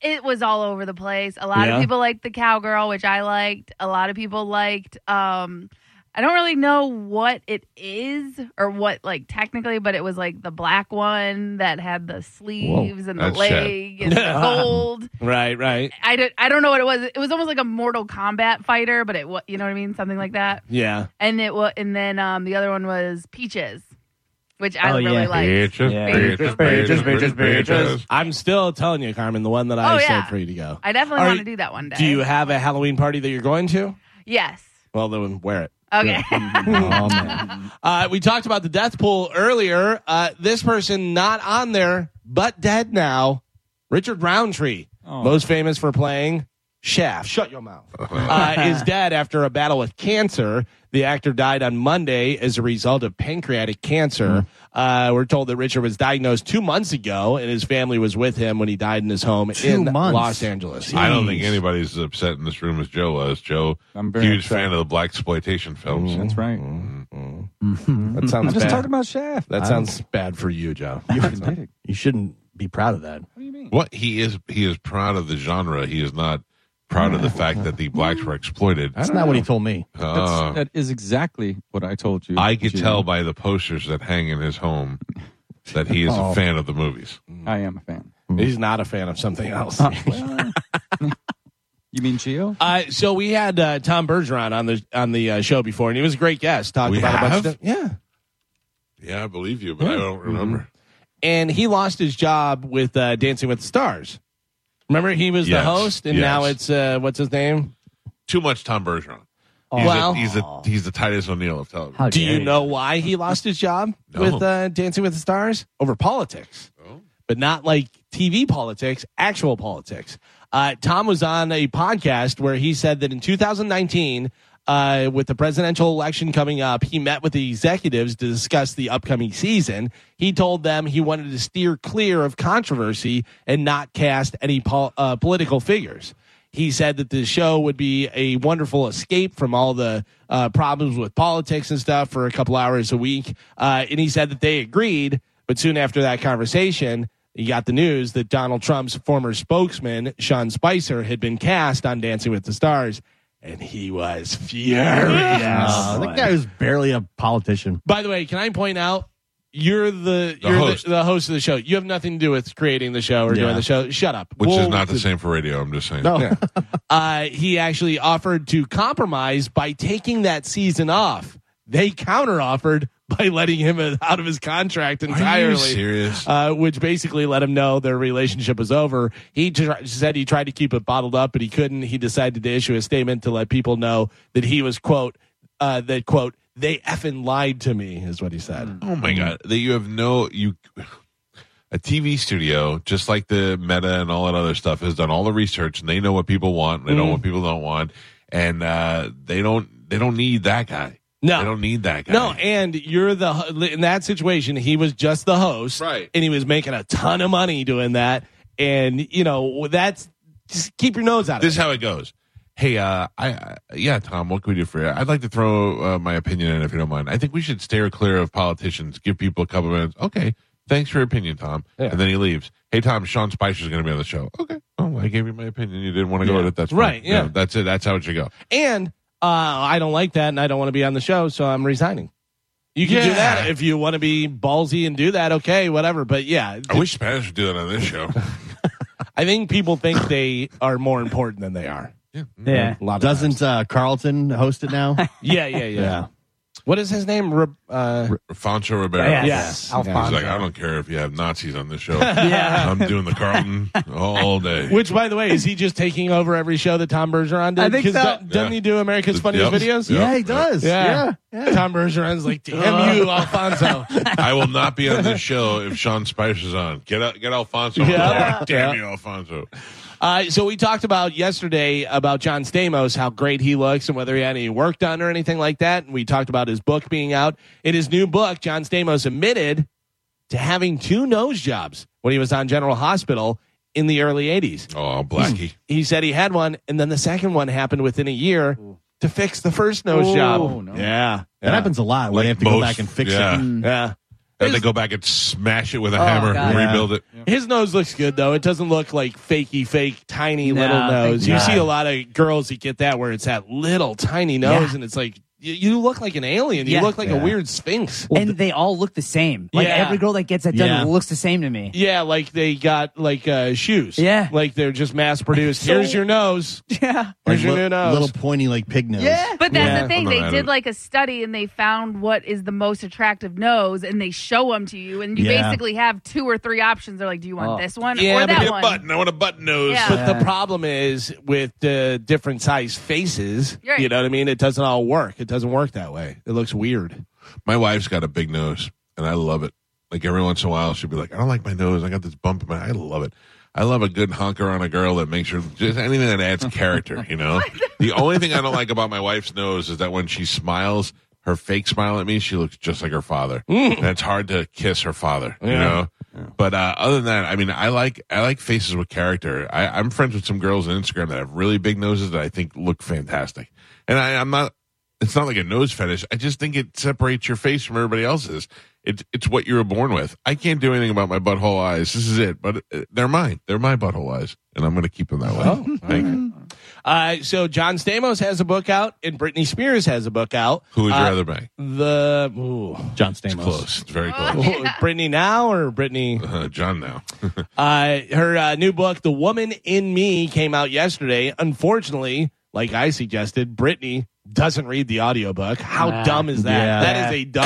Speaker 5: it was all over the place. A lot
Speaker 3: Yeah.
Speaker 5: of people liked the cowgirl, which I liked. A lot of people liked. Um, I don't really know what it is or what like technically, but it was like the black one that had the sleeves and the
Speaker 2: That's sad.
Speaker 5: leg and the gold.
Speaker 3: Right, right.
Speaker 5: I don't, I don't know what it was. It was almost like a Mortal Kombat fighter, but it wa you know what I mean, something like that.
Speaker 3: Yeah.
Speaker 5: And it was, and then um, the other one was peaches, which I
Speaker 4: Oh,
Speaker 5: really
Speaker 4: yeah.
Speaker 5: liked.
Speaker 2: Bitches,
Speaker 4: Yeah.
Speaker 2: bitches,
Speaker 4: Bitches,
Speaker 2: bitches,
Speaker 4: bitches,
Speaker 2: bitches.
Speaker 3: I'm still telling you, Carmen, the one that I
Speaker 5: Oh,
Speaker 3: said
Speaker 5: yeah.
Speaker 3: for you to go.
Speaker 5: I definitely
Speaker 3: Are
Speaker 5: want
Speaker 3: you-
Speaker 5: to do that one day.
Speaker 3: Do you have a Halloween party that you're going to?
Speaker 5: Yes.
Speaker 3: Well, then wear it.
Speaker 5: Okay.
Speaker 3: Uh, we talked about the death pool earlier. Uh, this person not on there, but dead now. Richard Roundtree, most famous for playing Shaft. Shut your mouth. Uh, is dead after a battle with cancer. The actor died on Monday as a result of pancreatic cancer.
Speaker 6: Mm-hmm.
Speaker 3: Uh, we're told that Richard was diagnosed two months ago, and his family was with him when he died in his home
Speaker 6: Two
Speaker 3: in
Speaker 6: months.
Speaker 3: Los Angeles.
Speaker 2: I don't think anybody's as upset in this room as Joe was. Joe,
Speaker 8: I'm very
Speaker 2: huge
Speaker 8: upset.
Speaker 2: fan of the black exploitation films.
Speaker 8: That's right.
Speaker 3: That sounds
Speaker 8: I'm just
Speaker 3: bad.
Speaker 8: talking about Shaft.
Speaker 3: that sounds bad for you, Joe.
Speaker 8: you What
Speaker 6: you shouldn't be proud of that.
Speaker 8: do you mean?
Speaker 2: What he is, he is proud of the genre. He is not proud of the fact that the blacks were exploited.
Speaker 6: That's not what he told me.
Speaker 8: That's,
Speaker 2: Uh,
Speaker 8: that is exactly what I told you.
Speaker 2: I could
Speaker 8: Gene.
Speaker 2: tell by the posters that hang in his home that he is a fan of the movies.
Speaker 8: I am a fan.
Speaker 2: Mm.
Speaker 3: He's not a fan of something else.
Speaker 2: Uh,
Speaker 8: You mean Geo?
Speaker 3: Uh, so we had uh, Tom Bergeron on the on the uh, show before, and he was a great guest. Talked
Speaker 2: We
Speaker 3: about a bunch
Speaker 2: have?
Speaker 3: of stuff. yeah,
Speaker 2: Yeah, I believe you, but I don't remember.
Speaker 3: and he lost his job with uh, Dancing with the Stars. Remember, he was
Speaker 2: Yes,
Speaker 3: the host, and
Speaker 2: yes.
Speaker 3: now it's uh, what's his name?
Speaker 2: Too much Tom Bergeron. He's,
Speaker 3: Well-
Speaker 2: a, he's a he's the Titus O'Neill of television.
Speaker 4: How
Speaker 3: Do
Speaker 4: dare
Speaker 3: you know why he lost his job
Speaker 2: No.
Speaker 3: with uh, Dancing with the Stars over politics?
Speaker 2: Oh.
Speaker 3: but not like TV politics, actual politics. Uh, Tom was on a podcast where he said that in 2019, uh, with the presidential election coming up, he met with the executives to discuss the upcoming season. He told them he wanted to steer clear of controversy and not cast any pol- uh, political figures. He said that the show would be a wonderful escape from all the uh, problems with politics and stuff for a couple hours a week. Uh, and he said that they agreed. But soon after that conversation, he got the news that Donald Trump's former spokesman, Sean Spicer, had been cast on Dancing with the Stars. And he was furious.
Speaker 6: Uh, that guy was barely a politician.
Speaker 3: By the way, can I point out You're the,
Speaker 2: The
Speaker 3: you're
Speaker 2: host.
Speaker 3: The, the host of the show. You have nothing to do with creating the show or
Speaker 6: Yeah.
Speaker 3: doing the show. Shut up.
Speaker 2: which
Speaker 3: We'll-
Speaker 2: is not the same for radio. I'm just saying.
Speaker 6: No.
Speaker 8: Yeah.
Speaker 3: Uh, he actually offered to compromise by taking that season off. They counteroffered by letting him out of his contract
Speaker 2: Are you
Speaker 3: entirely.
Speaker 2: serious?
Speaker 3: uh, which basically let him know their relationship was over. He tr- said he tried to keep it bottled up, but he couldn't. He decided to issue a statement to let people know that he was quote uh, that quote they effing lied to me is what he said.
Speaker 2: Oh my god! That you have no you. A TV studio, just like the Meta and all that other stuff, has done all the research and they know what people want. They
Speaker 3: Mm.
Speaker 2: know what people don't want, and uh, they don't they don't need that guy.
Speaker 3: No.
Speaker 2: they don't need that guy.
Speaker 3: No, and you're the ho- in that situation. He was just the host,
Speaker 2: Right.
Speaker 3: And he was making a ton of money doing that. And you know that's just keep your nose out.
Speaker 2: this
Speaker 3: of
Speaker 2: is how it goes. Hey, uh, I, I yeah, Tom, what can we do for you? I'd like to throw uh, my opinion in if you don't mind. I think we should steer clear of politicians. Give people a couple minutes. Okay, thanks for your opinion, Tom. And then he leaves. Hey, Tom, Sean Spicer's going to be on the show. Okay. Oh, I gave you my opinion. You didn't want to go with it. That's fine.
Speaker 3: Right, yeah.
Speaker 2: That's it. That's how it should go.
Speaker 3: it. And uh, I don't like that, and I don't want to be on the show, so I'm resigning. You can do
Speaker 2: Yeah.
Speaker 3: that if you want to be ballsy and do that. Okay, whatever. But yeah,
Speaker 2: I wish Spanish would do that on this show.
Speaker 3: I think people think they are more important than they are.
Speaker 4: Yeah.
Speaker 3: A lot of times.
Speaker 6: Doesn't uh, Carlton host it now?
Speaker 3: Yeah, yeah, yeah, What is his name? Re- uh,
Speaker 2: Foncho Ribeiro.
Speaker 4: Yes.
Speaker 3: Yes.
Speaker 2: He's
Speaker 4: Alfonso.
Speaker 2: like, I don't care if you have Nazis on this show.
Speaker 4: Yeah.
Speaker 2: I'm doing the Carlton all day.
Speaker 3: Which, by the way, is he just taking over every show that Tom Bergeron did?
Speaker 4: I think
Speaker 3: 'Cause
Speaker 4: so.
Speaker 3: do- doesn't
Speaker 2: Yeah.
Speaker 3: he do America's Funniest
Speaker 2: Yep.
Speaker 3: Videos?
Speaker 2: Yep.
Speaker 6: yeah, he does.
Speaker 3: Yeah.
Speaker 6: Yeah.
Speaker 3: Tom Bergeron's like,
Speaker 4: Uh-huh.
Speaker 3: damn you, Alfonso.
Speaker 2: I will not be on this show if Sean Spicer's on. Get Al- get Alfonso. on
Speaker 3: Yeah.
Speaker 2: board. Damn you, Alfonso.
Speaker 3: Uh, so we talked about yesterday about John Stamos, how great he looks, and whether he had any work done or anything like that. And we talked about his book being out. In his new book, John Stamos admitted to having two nose jobs when he was on General Hospital in the early '80s.
Speaker 2: Oh, Blackie.
Speaker 3: He said he had one, and then the second one happened within a year to fix the first nose
Speaker 8: Oh,
Speaker 3: job.
Speaker 8: no.
Speaker 3: Yeah,
Speaker 6: That happens a lot. Where they have to go
Speaker 2: most-
Speaker 6: back and fix
Speaker 2: yeah.
Speaker 6: it.
Speaker 3: Yeah.
Speaker 2: Have to go back and smash it with a
Speaker 4: Oh,
Speaker 2: hammer
Speaker 4: God.
Speaker 2: and rebuild it.
Speaker 3: His nose looks good though. It doesn't look like fakey fake tiny
Speaker 4: No,
Speaker 3: little
Speaker 4: thank
Speaker 3: nose. You
Speaker 6: God.
Speaker 3: see a lot of girls that get that where it's that little tiny nose
Speaker 4: Yeah.
Speaker 3: and it's like you, you look like an alien. You
Speaker 4: Yeah.
Speaker 3: look like a
Speaker 6: Yeah.
Speaker 3: weird sphinx.
Speaker 4: And they all look the same. Like
Speaker 3: Yeah.
Speaker 4: every girl that gets that done
Speaker 6: Yeah.
Speaker 4: looks the same to me.
Speaker 3: Yeah, like they got like uh, shoes.
Speaker 4: Yeah.
Speaker 3: Like they're just mass produced. Here's your nose.
Speaker 4: Yeah.
Speaker 3: Here's your
Speaker 6: li-
Speaker 3: new nose.
Speaker 6: Little pointy like pig nose.
Speaker 4: Yeah.
Speaker 5: But that's
Speaker 3: Yeah.
Speaker 5: the thing.
Speaker 2: I'm not
Speaker 5: They
Speaker 2: mad at
Speaker 5: did
Speaker 2: it.
Speaker 5: like a study and they found what is the most attractive nose and they show them to you. And you
Speaker 6: Yeah.
Speaker 5: basically have two or three options. They're like, do you want
Speaker 8: Oh.
Speaker 5: this one
Speaker 3: Yeah,
Speaker 5: or
Speaker 3: but
Speaker 5: that
Speaker 2: Get a
Speaker 5: one?
Speaker 2: button. I want a button nose.
Speaker 5: Yeah.
Speaker 3: But the
Speaker 8: Yeah.
Speaker 3: problem is with the different size faces,
Speaker 5: Right.
Speaker 3: you know what I mean? It doesn't all work. It doesn't work that way. It looks weird.
Speaker 2: My wife's got a big nose, and I love it. Like every once in a while, she'll be like, "I don't like my nose. I got this bump in my." I love it. I love a good honker on a girl that makes her just anything that adds character. You know, the only thing I don't like about my wife's nose is that when she smiles, her fake smile at me, she looks just like her father, and it's hard to kiss her father. You know. But uh, other than that, I mean, I like I like faces with character. I, I'm friends with some girls on Instagram that have really big noses that I think look fantastic, and I, I'm not it's not like a nose fetish. I just think it separates your face from everybody else's. It's it's what you were born with. I can't do anything about my butthole eyes. This is it. But uh, they're mine. They're my butthole eyes, and I'm going to keep them that way.
Speaker 3: Oh.
Speaker 2: Like,
Speaker 3: Uh, so John Stamos has a book out and Britney Spears has a book out.
Speaker 2: who would you
Speaker 3: Uh,
Speaker 2: rather bang?
Speaker 3: The ooh.
Speaker 6: John
Speaker 2: It's
Speaker 6: Stamos.
Speaker 2: close. It's very
Speaker 5: Oh.
Speaker 2: close.
Speaker 3: Brittany now or Brittany?
Speaker 2: Uh, John now.
Speaker 3: Uh, her uh, new book, The Woman in Me, came out yesterday. Unfortunately, like I suggested, Brittany doesn't read the audiobook. How
Speaker 4: Ah,
Speaker 3: dumb is that?
Speaker 6: yeah.
Speaker 3: That is a dumb,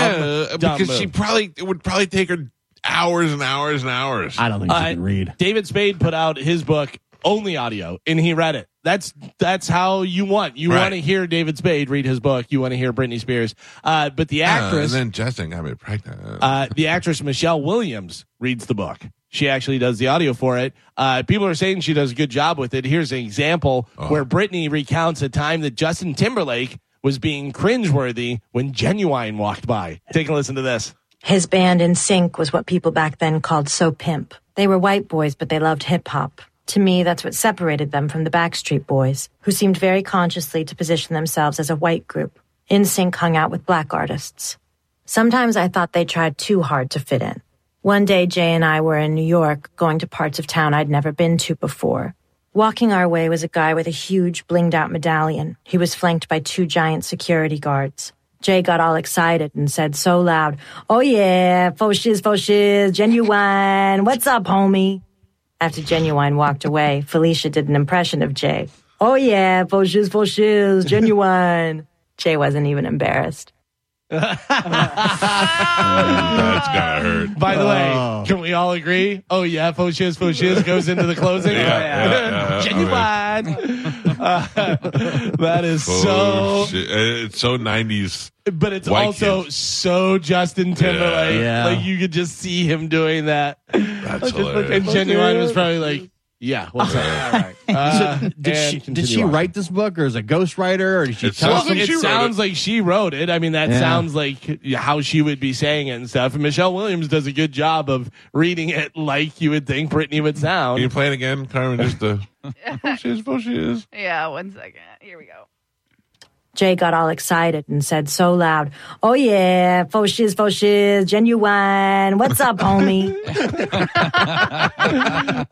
Speaker 2: Uh,
Speaker 3: dumb
Speaker 2: because she
Speaker 3: move.
Speaker 2: probably it would probably take her hours and hours and hours.
Speaker 6: I don't think she
Speaker 3: Uh,
Speaker 6: can read.
Speaker 3: David Spade put out his book only audio, and he read it. That's that's how you want. You
Speaker 2: Right.
Speaker 3: want to hear David Spade read his book. You want to hear Britney Spears. Uh, but the
Speaker 2: Uh,
Speaker 3: actress,
Speaker 2: and then Justin got me pregnant.
Speaker 3: uh, the actress Michelle Williams reads the book. She actually does the audio for it. Uh, people are saying she does a good job with it. Here's an example
Speaker 2: Oh.
Speaker 3: where Brittany recounts a time that Justin Timberlake was being cringeworthy when Genuine walked by. Take a listen to this.
Speaker 9: His band In Sync was what people back then called so pimp. They were white boys, but they loved hip hop. To me, that's what separated them from the Backstreet Boys, who seemed very consciously to position themselves as a white group. In Sync hung out with black artists. Sometimes I thought they tried too hard to fit in. One day, Jay and I were in New York, going to parts of town I'd never been to before. Walking our way was a guy with a huge blinged out medallion. He was flanked by two giant security guards. Jay got all excited and said so loud, Oh yeah, faux shiz, faux shiz, genuine, what's up, homie? After Genuine walked away, Felicia did an impression of Jay. Oh yeah, faux shiz, faux shiz, genuine. Jay wasn't even embarrassed.
Speaker 2: That's gotta hurt.
Speaker 3: By the
Speaker 2: Oh.
Speaker 3: way, can we all agree? Oh yeah, faux shiz, faux shiz goes into the closing.
Speaker 2: Yeah, yeah, yeah, yeah.
Speaker 3: Genuine. Uh, that is
Speaker 2: Oh,
Speaker 3: so,
Speaker 2: shit. Uh, It's so 90s.
Speaker 3: but it's
Speaker 2: White
Speaker 3: also
Speaker 2: kids.
Speaker 3: so Justin Timberlake.
Speaker 6: Yeah.
Speaker 3: Like you could just see him doing that.
Speaker 2: That's
Speaker 3: Just like-
Speaker 2: hilarious.
Speaker 3: and genuine was probably like, yeah, what's up? All right. Uh,
Speaker 6: Did she,
Speaker 3: and
Speaker 6: did she
Speaker 3: continue on.
Speaker 6: write this book, or is it a ghostwriter, or did she
Speaker 2: It
Speaker 6: tell
Speaker 2: sounds
Speaker 6: us?
Speaker 3: Well,
Speaker 2: like
Speaker 3: it
Speaker 2: she wrote
Speaker 3: sounds like she wrote it. I mean, that
Speaker 8: Yeah.
Speaker 3: sounds like how she would be saying it and stuff. And Michelle Williams does a good job of reading it like you would think Britney would
Speaker 2: Can you
Speaker 3: sound.
Speaker 2: play it again, Carmen? Just the. Oh, she is. Oh, she is.
Speaker 5: Yeah, one second. Here we go.
Speaker 9: Jay got all excited and said so loud, Oh yeah, faux shiz, faux shiz, genuine, what's up, homie?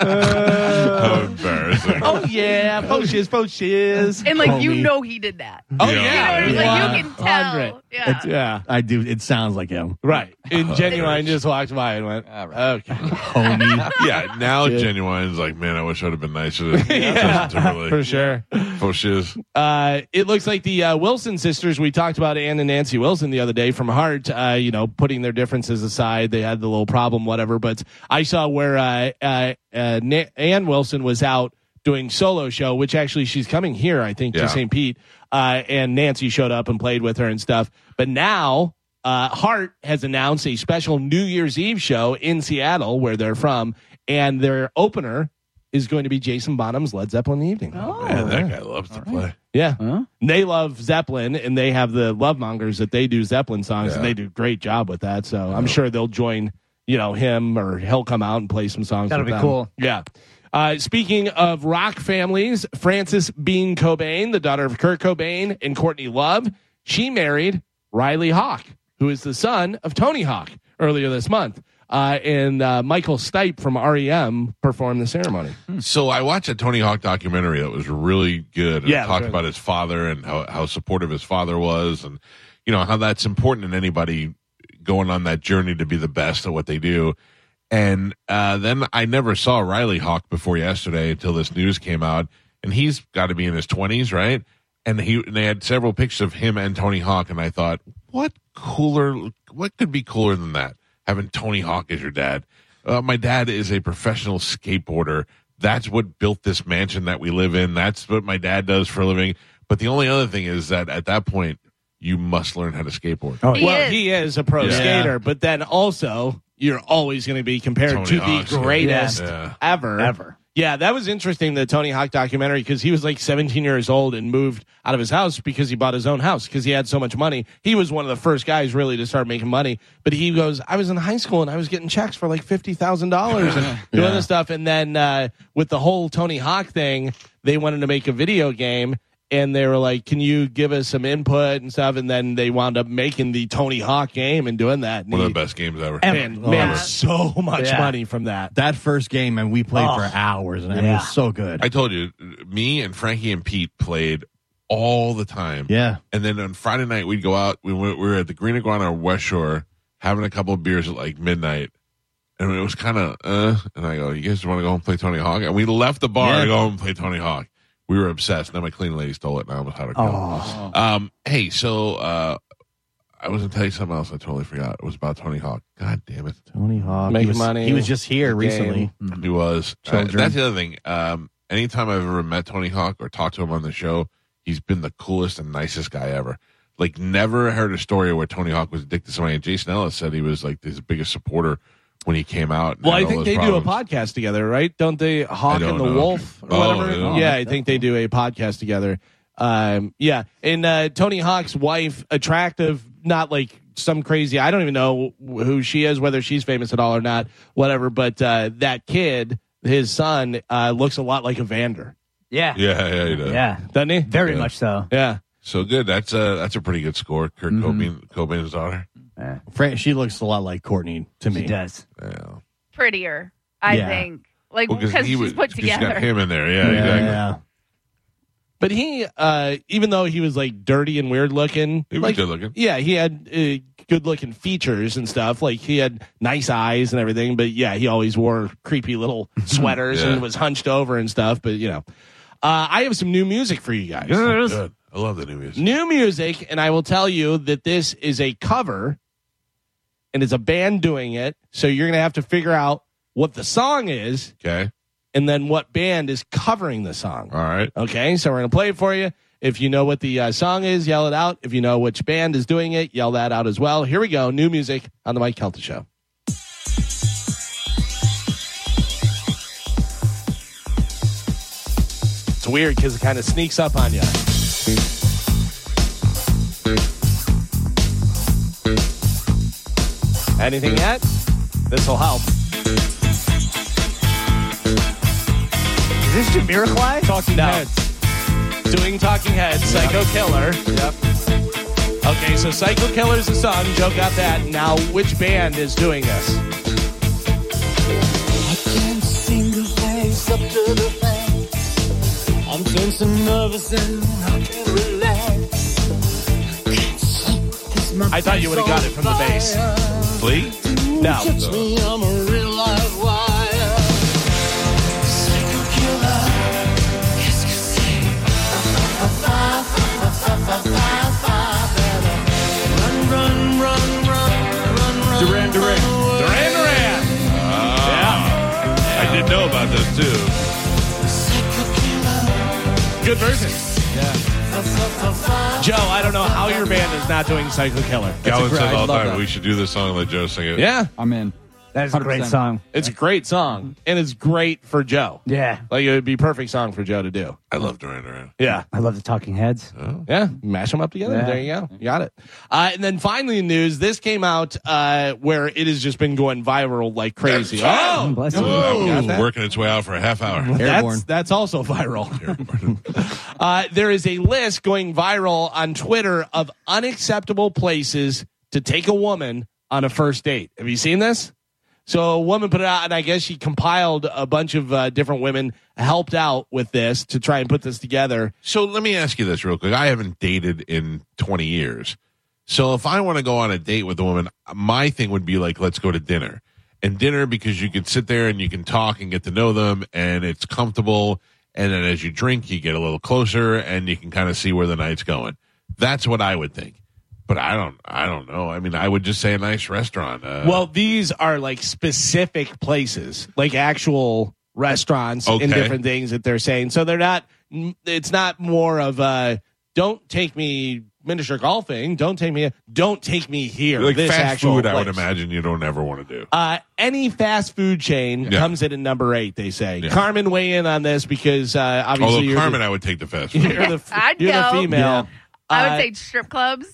Speaker 2: How embarrassing.
Speaker 3: Oh yeah, poaches, poaches.
Speaker 5: And like you
Speaker 6: Homie.
Speaker 5: know he did that.
Speaker 3: Oh
Speaker 2: Yeah.
Speaker 3: yeah,
Speaker 5: You know,
Speaker 3: yeah.
Speaker 5: like you can tell.
Speaker 3: 100.
Speaker 5: Yeah.
Speaker 3: Yeah,
Speaker 6: I do. It sounds like him.
Speaker 3: right. And genuine just walked by and went,
Speaker 8: All right.
Speaker 3: okay,
Speaker 6: Homie.
Speaker 2: Yeah, now Genuine's like, man, I wish I'd have been nicer to
Speaker 3: Yeah.
Speaker 2: Justin Timberlake.
Speaker 3: for sure.
Speaker 2: Oh, she is.
Speaker 3: Uh, it looks like the uh, Wilson sisters we talked about, Ann and Nancy Wilson, the other day from Heart. Uh, you know, putting their differences aside, they had the little problem, whatever. But I saw where uh, uh, uh, Na- Ann Wilson was out doing solo show, which actually she's coming here, I think,
Speaker 2: Yeah.
Speaker 3: to St. Pete. Uh, and Nancy showed up and played with her and stuff. But now uh, Hart has announced a special New Year's Eve show in Seattle, where they're from, and their opener is going to be Jason Bonham's Led Zeppelin Evening.
Speaker 2: Man, that guy loves to play.
Speaker 3: Yeah.
Speaker 8: Huh?
Speaker 3: They love Zeppelin and they have the love mongers that they do Zeppelin songs and
Speaker 2: Yeah.
Speaker 3: they do a great job with that. So I'm sure they'll join, you know, him or he'll come out and play some songs.
Speaker 4: That'll
Speaker 3: with
Speaker 4: be
Speaker 3: them.
Speaker 4: cool.
Speaker 3: Yeah. Uh, speaking of rock families, Frances Bean Cobain, the daughter of Kurt Cobain and Courtney Love, she married Riley Hawk, who is the son of Tony Hawk earlier this month. Uh, and uh, Michael Stipe from REM performed the ceremony.
Speaker 2: So I watched a Tony Hawk documentary that was really good. And
Speaker 3: Yeah,
Speaker 2: it
Speaker 3: it was
Speaker 2: talked
Speaker 3: really
Speaker 2: about his father and how, how supportive his father was, and you know how that's important in anybody going on that journey to be the best at what they do. And uh, then I never saw Riley Hawk before yesterday until this news came out, and he's got to be in his twenties, right? And he and they had several pictures of him and Tony Hawk, and I thought, what cooler? What could be cooler than that? Having Tony Hawk as your dad. Uh, my dad is a professional skateboarder. That's what built this mansion that we live in. That's what my dad does for a living. But the only other thing is that at that point, you must learn how to skateboard.
Speaker 5: He
Speaker 3: well,
Speaker 5: is.
Speaker 3: he is a pro
Speaker 2: Yeah.
Speaker 3: skater, but then also you're always going to be compared
Speaker 2: Tony
Speaker 3: to
Speaker 2: Hawk's
Speaker 3: the
Speaker 2: gonna-
Speaker 3: greatest
Speaker 2: Yeah.
Speaker 3: ever.
Speaker 4: Ever.
Speaker 3: Yeah, that was interesting, the Tony Hawk documentary, because he was like 17 years old and moved out of his house because he bought his own house because he had so much money. He was one of the first guys really to start making money. But he goes, I was in high school and I was getting checks for like $50,000 and doing this stuff. And then uh, with the whole Tony Hawk thing, they wanted to make a video game and they were like, "Can you give us some input and stuff?" And then they wound up making the Tony Hawk game and doing that. And
Speaker 2: One of
Speaker 3: he-
Speaker 2: the best games ever.
Speaker 3: Man, man, so much
Speaker 4: Yeah.
Speaker 3: money from that.
Speaker 6: That first game, man, we played
Speaker 4: Oh.
Speaker 6: for hours, and I mean, it
Speaker 4: Yeah.
Speaker 6: was so good.
Speaker 2: I told you, me and Frankie and Pete played all the time.
Speaker 6: yeah,
Speaker 2: And then on Friday night, we'd go out. We, went, we were at the Green Iguana on West Shore having a couple of beers at like midnight. And it was kind of, uh, and I go, you guys want to go and play Tony Hawk? And we left the bar to go and play Tony Hawk. We were obsessed. Now my clean lady stole it and I almost had her killed. Um, hey, so uh, I was going to tell you something else. I totally forgot. It was about Tony Hawk. God damn it.
Speaker 6: Tony Hawk.
Speaker 3: Making
Speaker 6: he was,
Speaker 3: money.
Speaker 6: He was just here
Speaker 3: Good
Speaker 6: recently.
Speaker 2: He was. Uh,
Speaker 6: Mm-hmm. Children.
Speaker 2: that's the other thing. Um, anytime I've ever met Tony Hawk or talked to him on the show, he's been the coolest and nicest guy ever. Like, never heard a story where Tony Hawk was addicted to somebody. And Jason Ellis said he was like his biggest supporter when he came out. and
Speaker 3: Well,
Speaker 2: had
Speaker 3: I
Speaker 2: all those
Speaker 3: think they do a
Speaker 2: problems.
Speaker 3: podcast together, right? Don't they? Hawk
Speaker 2: don't
Speaker 3: and the
Speaker 2: know.
Speaker 3: Wolf or
Speaker 2: Oh,
Speaker 3: whatever.
Speaker 2: yeah.
Speaker 3: yeah, I think they do a podcast together. Um, yeah, and uh, Tony Hawk's wife, attractive, not like some crazy. I don't even know who she is, whether she's famous at all or not, whatever. But uh, that kid, his son, uh, looks a lot like Evander,
Speaker 4: Yeah. Yeah.
Speaker 2: Yeah, yeah, he does.
Speaker 3: doesn't he?
Speaker 4: Very
Speaker 2: Yeah.
Speaker 4: much so.
Speaker 3: Yeah.
Speaker 2: So good. That's a that's a pretty good score. Kurt
Speaker 6: Mm-hmm.
Speaker 2: Cobain, Cobain's daughter.
Speaker 6: Fran, she looks a lot like Courtney to
Speaker 4: He
Speaker 6: me.
Speaker 4: does.
Speaker 2: Yeah.
Speaker 5: Prettier, I
Speaker 6: Yeah.
Speaker 5: think. Like
Speaker 2: Well,
Speaker 5: because she's put
Speaker 2: she's got
Speaker 5: together.
Speaker 2: him in there.
Speaker 6: Yeah,
Speaker 2: Yeah, exactly.
Speaker 6: yeah.
Speaker 3: But he, uh, even though he was like dirty and weird looking,
Speaker 2: He was
Speaker 3: like,
Speaker 2: good looking.
Speaker 3: Yeah, he had uh, good looking features and stuff. Like he had nice eyes and everything. But yeah, he always wore creepy little sweaters
Speaker 2: Yeah.
Speaker 3: and was hunched over and stuff. But you know, uh, I have some new music for you guys.
Speaker 2: Good. I love the new music.
Speaker 3: New music, and I will tell you that this is a cover, and it's a band doing it. So you're gonna have to figure out what the song is,
Speaker 2: Okay.
Speaker 3: and then what band is covering the song.
Speaker 2: All right.
Speaker 3: Okay, so we're going to play it for you. If you know what the uh, song is, yell it out. If you know which band is doing it, yell that out as well. Here we go. New music on the Mike Kelta Show. It's weird because it kind of sneaks up on you. Anything yet? This will help.
Speaker 4: Is this Jamiroquai?
Speaker 3: Talking Heads. Doing Talking Heads, Psycho Killer. Yep. Okay, so Psycho Killer's the song. Joe got that. Now, which band is doing this? I thought you would have got it from the bass.
Speaker 2: Flea?
Speaker 3: No.
Speaker 2: Duran Duran. Duran Duran. yeah. I didn't know about this too.
Speaker 3: Good version. Yeah. Joe, I don't know how your band is not doing Psycho Killer.
Speaker 2: Calvin says
Speaker 8: great- I
Speaker 2: all the
Speaker 8: love
Speaker 2: time
Speaker 8: that.
Speaker 2: we should do this song and let Joe sing it.
Speaker 3: Yeah.
Speaker 8: I'm in.
Speaker 4: That is a great
Speaker 8: 100%.
Speaker 4: song.
Speaker 3: It's a great song, and it's great for Joe.
Speaker 4: Yeah.
Speaker 3: Like, it would be a perfect song for Joe to do.
Speaker 2: I love Duran Duran.
Speaker 3: Yeah.
Speaker 4: I love the Talking Heads.
Speaker 8: Uh,
Speaker 3: Yeah, mash them up together.
Speaker 4: Yeah.
Speaker 3: There you go. You got it. Uh, and then finally, in news, this came out uh, where it has just been going viral like crazy. oh,
Speaker 4: Bless
Speaker 2: Well,
Speaker 4: you.
Speaker 2: that
Speaker 3: Got
Speaker 2: was
Speaker 3: that?
Speaker 2: working its way out for a half hour.
Speaker 6: Airborne.
Speaker 3: that's, that's also viral. uh, there is a list going viral on Twitter of unacceptable places to take a woman on a first date. Have you seen this? So a woman put it out, and I guess she compiled a bunch of uh, different women helped out with this to try and put this together.
Speaker 2: So let me ask you this real quick. I haven't dated in 20 years. So if I want to go on a date with a woman, my thing would be like, let's go to dinner. And dinner because you can sit there and you can talk and get to know them and it's comfortable. And then as you drink, you get a little closer and you can kind of see where the night's going. That's what I would think. But I don't, I don't know. I mean, I would just say a nice restaurant. Uh,
Speaker 3: Well, these are like specific places, like actual restaurants
Speaker 2: Okay.
Speaker 3: and different things that they're saying. So they're not. It's not more of a don't take me miniature golfing. Don't take me. Don't take me here.
Speaker 2: like
Speaker 3: this
Speaker 2: fast
Speaker 3: actual
Speaker 2: food, I would
Speaker 3: place.
Speaker 2: imagine you don't ever want to do.
Speaker 3: Uh, any fast food chain
Speaker 2: Yeah.
Speaker 3: comes in at number eight. They say.
Speaker 2: Yeah.
Speaker 3: Carmen, weigh in on this because uh, obviously
Speaker 2: Although
Speaker 3: you're
Speaker 2: Carmen, I would take the fast
Speaker 3: the,
Speaker 2: food.
Speaker 3: you're the,
Speaker 5: I'd
Speaker 3: you're the
Speaker 5: go.
Speaker 3: female.
Speaker 8: Yeah.
Speaker 5: I
Speaker 3: Uh,
Speaker 5: would say strip clubs.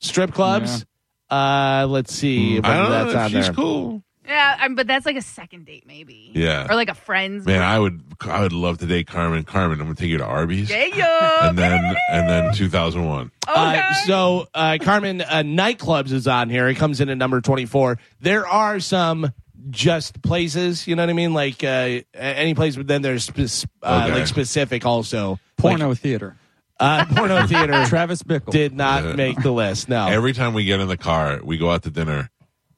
Speaker 3: strip clubs. Uh, let's see.
Speaker 2: Hmm. I
Speaker 3: whether
Speaker 2: don't know.
Speaker 3: that's
Speaker 2: if
Speaker 3: on
Speaker 2: she's
Speaker 3: there.
Speaker 2: cool.
Speaker 5: Yeah, I'm, but that's like a second date maybe.
Speaker 2: Yeah.
Speaker 5: Or like a friend's.
Speaker 2: Man, I would I would love to date Carmen. Carmen, I'm gonna take you to Arby's.
Speaker 5: There you go. Oh.
Speaker 2: And then and then two thousand one.
Speaker 5: Okay.
Speaker 3: Uh, so, uh, Carmen, uh, nightclubs is on here. It comes in at number 24. There are some just places, you know what I mean? Like uh, a- any place, but then there's spec- uh,
Speaker 2: Okay.
Speaker 3: like specific also.
Speaker 8: Porno
Speaker 3: Like,
Speaker 8: theater.
Speaker 3: uh, porno theater
Speaker 8: Travis Bickle.
Speaker 3: did
Speaker 2: Yeah.
Speaker 3: not make the list. No.
Speaker 2: Every time we get in the car, we go out to dinner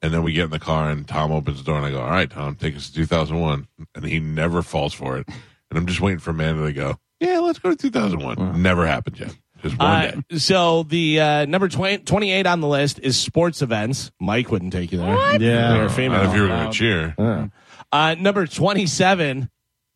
Speaker 2: and then we get in the car and Tom opens the door and I go, All right, Tom, take us to two thousand one and he never falls for it. And I'm just waiting for Amanda to go, Yeah, let's go to two thousand one. Never happened yet. Just one
Speaker 3: Uh,
Speaker 2: day.
Speaker 3: so the uh, number 20, 28 on the list is sports events. Mike wouldn't take you there.
Speaker 2: I don't
Speaker 6: Yeah.
Speaker 2: know,
Speaker 3: female.
Speaker 2: If you were gonna
Speaker 8: Loud.
Speaker 2: cheer.
Speaker 3: Uh, number 27,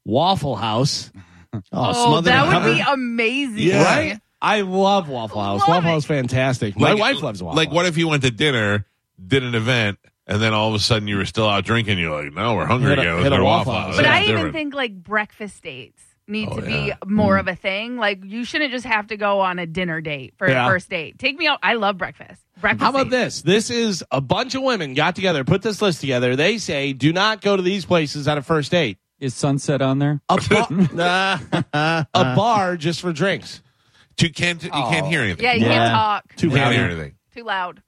Speaker 3: Waffle House.
Speaker 6: Oh,
Speaker 5: oh,
Speaker 6: smothered
Speaker 5: that
Speaker 6: and
Speaker 5: would
Speaker 6: covered.
Speaker 5: be amazing.
Speaker 3: Right? I love Waffle House.
Speaker 5: Love
Speaker 3: Waffle
Speaker 5: it.
Speaker 3: House is fantastic. My
Speaker 2: Like-
Speaker 3: wife loves Waffle
Speaker 2: Like
Speaker 3: House.
Speaker 2: what if you went to dinner, did an event, and then all of a sudden you were still out drinking, you're like, No, we're hungry
Speaker 3: Hit a-
Speaker 2: again. Let's
Speaker 3: hit a
Speaker 2: go to Waffle
Speaker 3: Waffle House.
Speaker 2: House.
Speaker 5: But
Speaker 2: That's
Speaker 5: I even
Speaker 2: different.
Speaker 5: think like breakfast dates need
Speaker 2: Oh,
Speaker 5: to
Speaker 2: yeah.
Speaker 5: be more of a thing. Like you shouldn't just have to go on a dinner date for
Speaker 3: Yeah.
Speaker 5: a first date. Take me out. I love breakfast. Breakfast.
Speaker 3: How about
Speaker 5: dates.
Speaker 3: this? This is a bunch of women got together, put this list together. They say, do not go to these places on a first date.
Speaker 8: Is Sunset on there?
Speaker 3: A, bar, a bar just for drinks.
Speaker 2: You can't you can't hear anything.
Speaker 5: Oh. Yeah, you
Speaker 6: Yeah.
Speaker 5: can't talk.
Speaker 3: Too
Speaker 2: you can't
Speaker 3: rowdy.
Speaker 2: hear anything.
Speaker 5: Too loud.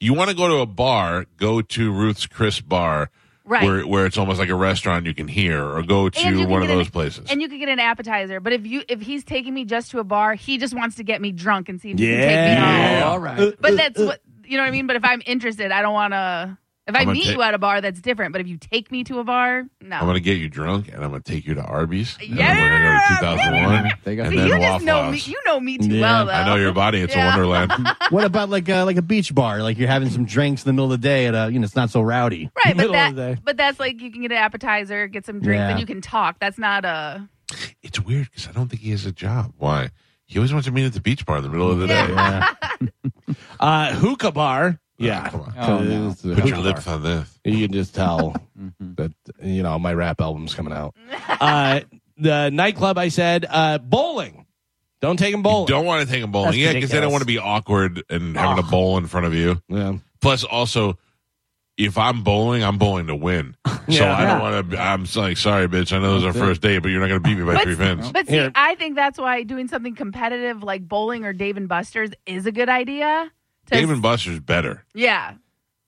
Speaker 2: You want to go to a bar? Go to Ruth's Chris Bar,
Speaker 5: Right.
Speaker 2: where where it's almost like a restaurant you can hear or go to
Speaker 5: And you can
Speaker 2: one of
Speaker 5: get an-
Speaker 2: those places.
Speaker 5: And you could get an appetizer, but if you if he's taking me just to a bar, he just wants to get me drunk and see if he can take me home.
Speaker 3: all right.
Speaker 5: But that's what you know what I mean. But if I'm interested, I don't want to. If I
Speaker 2: I'm gonna
Speaker 5: meet
Speaker 2: ta-
Speaker 5: you at a bar, that's different. But if you take me to a bar, no.
Speaker 2: I'm gonna get you drunk, and I'm gonna take you to Arby's. and
Speaker 5: Yeah!
Speaker 2: then we're gonna go to 2001.
Speaker 8: They got
Speaker 2: and
Speaker 5: See,
Speaker 2: then
Speaker 5: you just
Speaker 2: Waffle
Speaker 5: know
Speaker 2: House.
Speaker 5: me. You know me too
Speaker 6: Yeah,
Speaker 5: well, though.
Speaker 2: I know your body; it's
Speaker 5: Yeah.
Speaker 2: a wonderland.
Speaker 6: What about like a, like a beach bar? Like you're having some drinks in the middle of the day at a you know it's not so rowdy.
Speaker 5: right, but
Speaker 3: Middle of the day.
Speaker 5: that but that's like you can get an appetizer, get some drinks,
Speaker 6: Yeah.
Speaker 5: and you can talk. That's not a
Speaker 2: it's weird because I don't think he has a job. Why? He always wants to meet at the beach bar in the middle of the day.
Speaker 6: Yeah.
Speaker 3: Uh, hookah bar. Yeah.
Speaker 2: Come on.
Speaker 8: Oh, no.
Speaker 2: Put your Mm-hmm. lips on this.
Speaker 3: You can just tell that you know my rap album's coming out. Uh, the nightclub, I said, uh, bowling. Don't take him bowling.
Speaker 2: Don't want to take him bowling.
Speaker 4: That's
Speaker 2: yeah, because they don't
Speaker 4: ridiculous.
Speaker 2: want to be awkward and having a bowl in front of you.
Speaker 3: Yeah.
Speaker 2: Plus, also, if I'm bowling, I'm bowling to win. So I
Speaker 4: Yeah.
Speaker 2: don't want to. I'm so like, sorry, bitch. I know this is our first date, but you're not going to beat me by
Speaker 5: But-
Speaker 2: three pins.
Speaker 5: But see,
Speaker 3: Here.
Speaker 5: I think that's why doing something competitive like bowling or Dave and Buster's is a good idea. To
Speaker 2: Dave and Buster's better.
Speaker 5: yeah,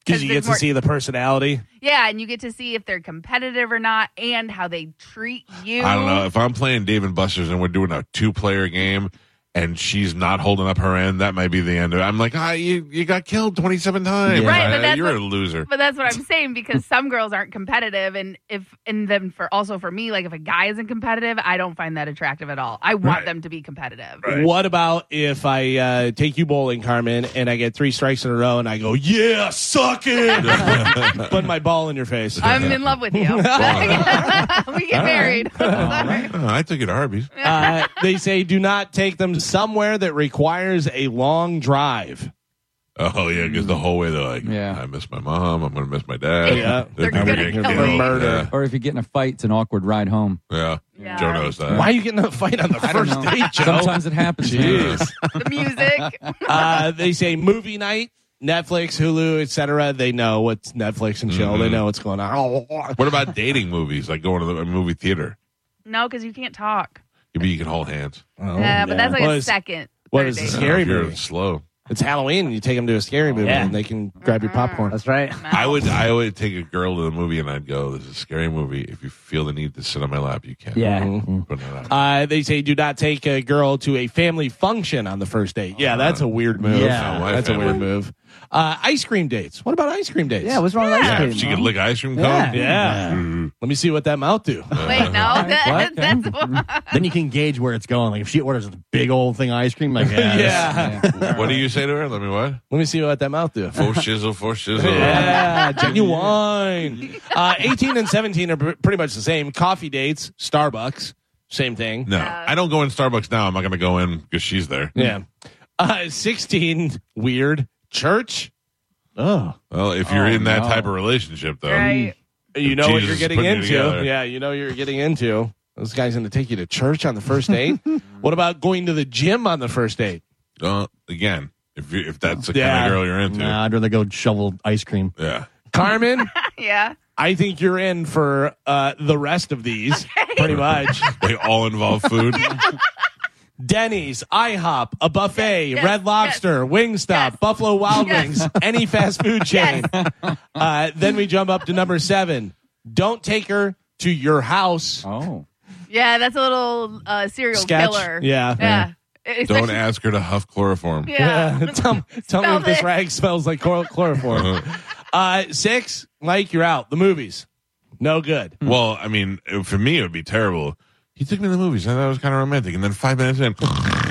Speaker 3: Because you
Speaker 5: There's
Speaker 3: get to
Speaker 5: more-
Speaker 3: see the personality.
Speaker 5: yeah, and you get to see if they're competitive or not, and how they treat you.
Speaker 2: I don't know if I'm playing Dave and Buster's and we're doing a two player game. And she's not holding up her end. That might be the end of it. I'm like, ah, you, you got killed 27 times.
Speaker 5: Right, but
Speaker 2: Ah,
Speaker 5: that's
Speaker 2: you're
Speaker 5: what-
Speaker 2: a loser.
Speaker 5: But that's what I'm saying because some girls aren't competitive, and if and then for also for me, like if a guy isn't competitive, I don't find that attractive at all. I want
Speaker 2: Right.
Speaker 5: them to be competitive.
Speaker 3: What about if I uh, take you bowling, Carmen, and I get three strikes in a row, and I go, "Yeah, suck it," put my ball in your face.
Speaker 5: I'm in love with you. we get married. Sorry.
Speaker 2: Oh, I took it to Arby's.
Speaker 3: uh, they say do not take them somewhere that requires a long drive.
Speaker 2: Oh yeah, because the whole way they're like,
Speaker 8: Yeah.
Speaker 2: I miss my mom. I'm gonna miss my dad.
Speaker 3: Yeah.
Speaker 5: They're
Speaker 2: gonna
Speaker 5: gonna
Speaker 2: get
Speaker 5: kill
Speaker 2: killed.
Speaker 5: me.
Speaker 3: Murder.
Speaker 8: Or if you get in a fight, it's an awkward ride home.
Speaker 2: Yeah,
Speaker 5: Yeah.
Speaker 2: Joe knows that.
Speaker 3: Why are you getting in a fight on the
Speaker 8: I don't
Speaker 3: first
Speaker 8: know.
Speaker 3: date, Joe?
Speaker 8: Sometimes it happens. man.
Speaker 2: Jeez.
Speaker 5: The music.
Speaker 3: uh, they say movie night, Netflix, Hulu, etc. They know what's Netflix and chill. They know what's going on.
Speaker 2: What about dating movies? Like going to the a movie theater?
Speaker 5: No, because you can't talk.
Speaker 2: Maybe you can hold hands.
Speaker 5: yeah, but that's like
Speaker 3: Oh, What
Speaker 5: a
Speaker 3: is-
Speaker 5: second.
Speaker 3: what
Speaker 5: third
Speaker 3: is
Speaker 5: date.
Speaker 3: this?
Speaker 2: I don't know
Speaker 3: Scary
Speaker 2: if you're
Speaker 3: movie.
Speaker 2: Slow.
Speaker 3: It's Halloween. You take them to a scary movie,
Speaker 4: Yeah.
Speaker 3: and they can grab your popcorn.
Speaker 4: That's right.
Speaker 2: I would. I would take a girl to the movie, and I'd go. This is a scary movie. If you feel the need to sit on my lap, you can.
Speaker 4: Yeah.
Speaker 8: Mm-hmm.
Speaker 2: But not-
Speaker 3: Uh, they say do not take a girl to a family function on the first date. Yeah, that's a weird move.
Speaker 6: Yeah.
Speaker 2: My
Speaker 3: that's a
Speaker 2: family.
Speaker 3: weird move. Uh, ice cream dates. What about ice cream dates?
Speaker 4: Yeah, what's wrong
Speaker 2: Yeah,
Speaker 4: with
Speaker 2: if
Speaker 4: ice
Speaker 2: she
Speaker 4: cream?
Speaker 2: could lick ice cream cone.
Speaker 3: Yeah.
Speaker 4: Yeah.
Speaker 3: Let me see what that mouth do.
Speaker 5: Wait, no, that,
Speaker 8: What?
Speaker 5: that's one.
Speaker 3: Um,
Speaker 6: then you can gauge where it's going. Like if she orders a big old thing of ice cream, like yeah, this-
Speaker 3: yeah.
Speaker 2: What do you say to her? Let me what?
Speaker 3: Let me see what that mouth do.
Speaker 2: Four shizzle, four shizzle.
Speaker 3: Yeah, genuine. Uh, 18 and 17 are pr- pretty much the same. Coffee dates, Starbucks, same thing.
Speaker 2: No, I don't go in Starbucks now. I'm not going to go in because she's there.
Speaker 3: Yeah. Uh, 16, weird. Church, oh,
Speaker 2: Well, if you're
Speaker 8: Oh,
Speaker 2: in that
Speaker 8: no.
Speaker 2: type of relationship, though,
Speaker 5: Right.
Speaker 3: you know what
Speaker 2: Jesus
Speaker 3: you're
Speaker 2: is
Speaker 3: getting
Speaker 2: putting it
Speaker 3: into.
Speaker 2: together.
Speaker 3: yeah, you know you're getting into. This guy's going to take you to church on the first date. what about going to the gym on the first date?
Speaker 2: uh, again, if you, if that's the kind
Speaker 3: Yeah.
Speaker 2: of girl you're into,
Speaker 6: Nah, I'd rather go shovel ice cream.
Speaker 2: yeah,
Speaker 3: Carmen,
Speaker 5: Yeah.
Speaker 3: I think you're in for uh, the rest of these, pretty much.
Speaker 2: they all involve food.
Speaker 3: Denny's, IHOP, a buffet,
Speaker 5: Yes,
Speaker 3: Red Lobster, Wingstop,
Speaker 5: Yes.
Speaker 3: Buffalo Wild
Speaker 5: Yes.
Speaker 3: Wings, any fast food chain. Uh, then we jump up to number seven. Don't take her to your house.
Speaker 8: Oh.
Speaker 5: Yeah, that's a little uh, serial
Speaker 3: Sketch.
Speaker 5: killer.
Speaker 3: Yeah.
Speaker 5: Yeah.
Speaker 2: Don't
Speaker 5: Especially-
Speaker 2: ask her to huff chloroform.
Speaker 5: Yeah.
Speaker 3: Uh, tell me- tell me
Speaker 5: Spell
Speaker 3: if this
Speaker 5: this.
Speaker 3: rag smells like chlor- chloroform. uh, six, Mike, you're out. The movies, no good.
Speaker 2: Well, I mean, it- for me, it would be terrible. He took me to the movies. and I thought it was kind of romantic, and then five minutes in,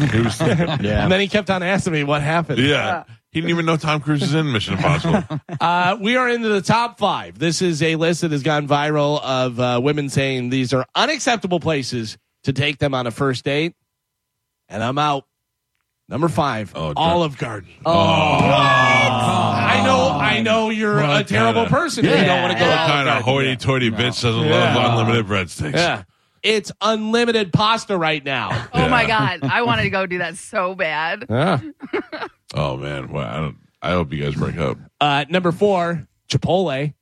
Speaker 2: he was thinking,
Speaker 3: And then he kept on asking me what happened.
Speaker 2: yeah, he didn't even know Tom Cruise is in Mission Impossible.
Speaker 3: Uh, we are into the top five. This is a list that has gone viral of uh, women saying these are unacceptable places to take them on a first date. And I'm out. Number five,
Speaker 2: Oh, dr-
Speaker 3: Olive Garden.
Speaker 2: Oh,
Speaker 3: I know, I know, you're a terrible
Speaker 2: kinda-
Speaker 3: person. if You don't want to go
Speaker 2: what
Speaker 3: to Olive
Speaker 2: kind of
Speaker 3: Garden.
Speaker 2: hoity-toity bitch doesn't
Speaker 3: Yeah.
Speaker 2: love unlimited breadsticks?
Speaker 3: Yeah, it's unlimited pasta right now.
Speaker 5: Oh my
Speaker 2: Yeah.
Speaker 5: god, I wanted to go do that so bad.
Speaker 2: Oh man, well, I don't. I hope you guys break up.
Speaker 3: Uh, number four, Chipotle.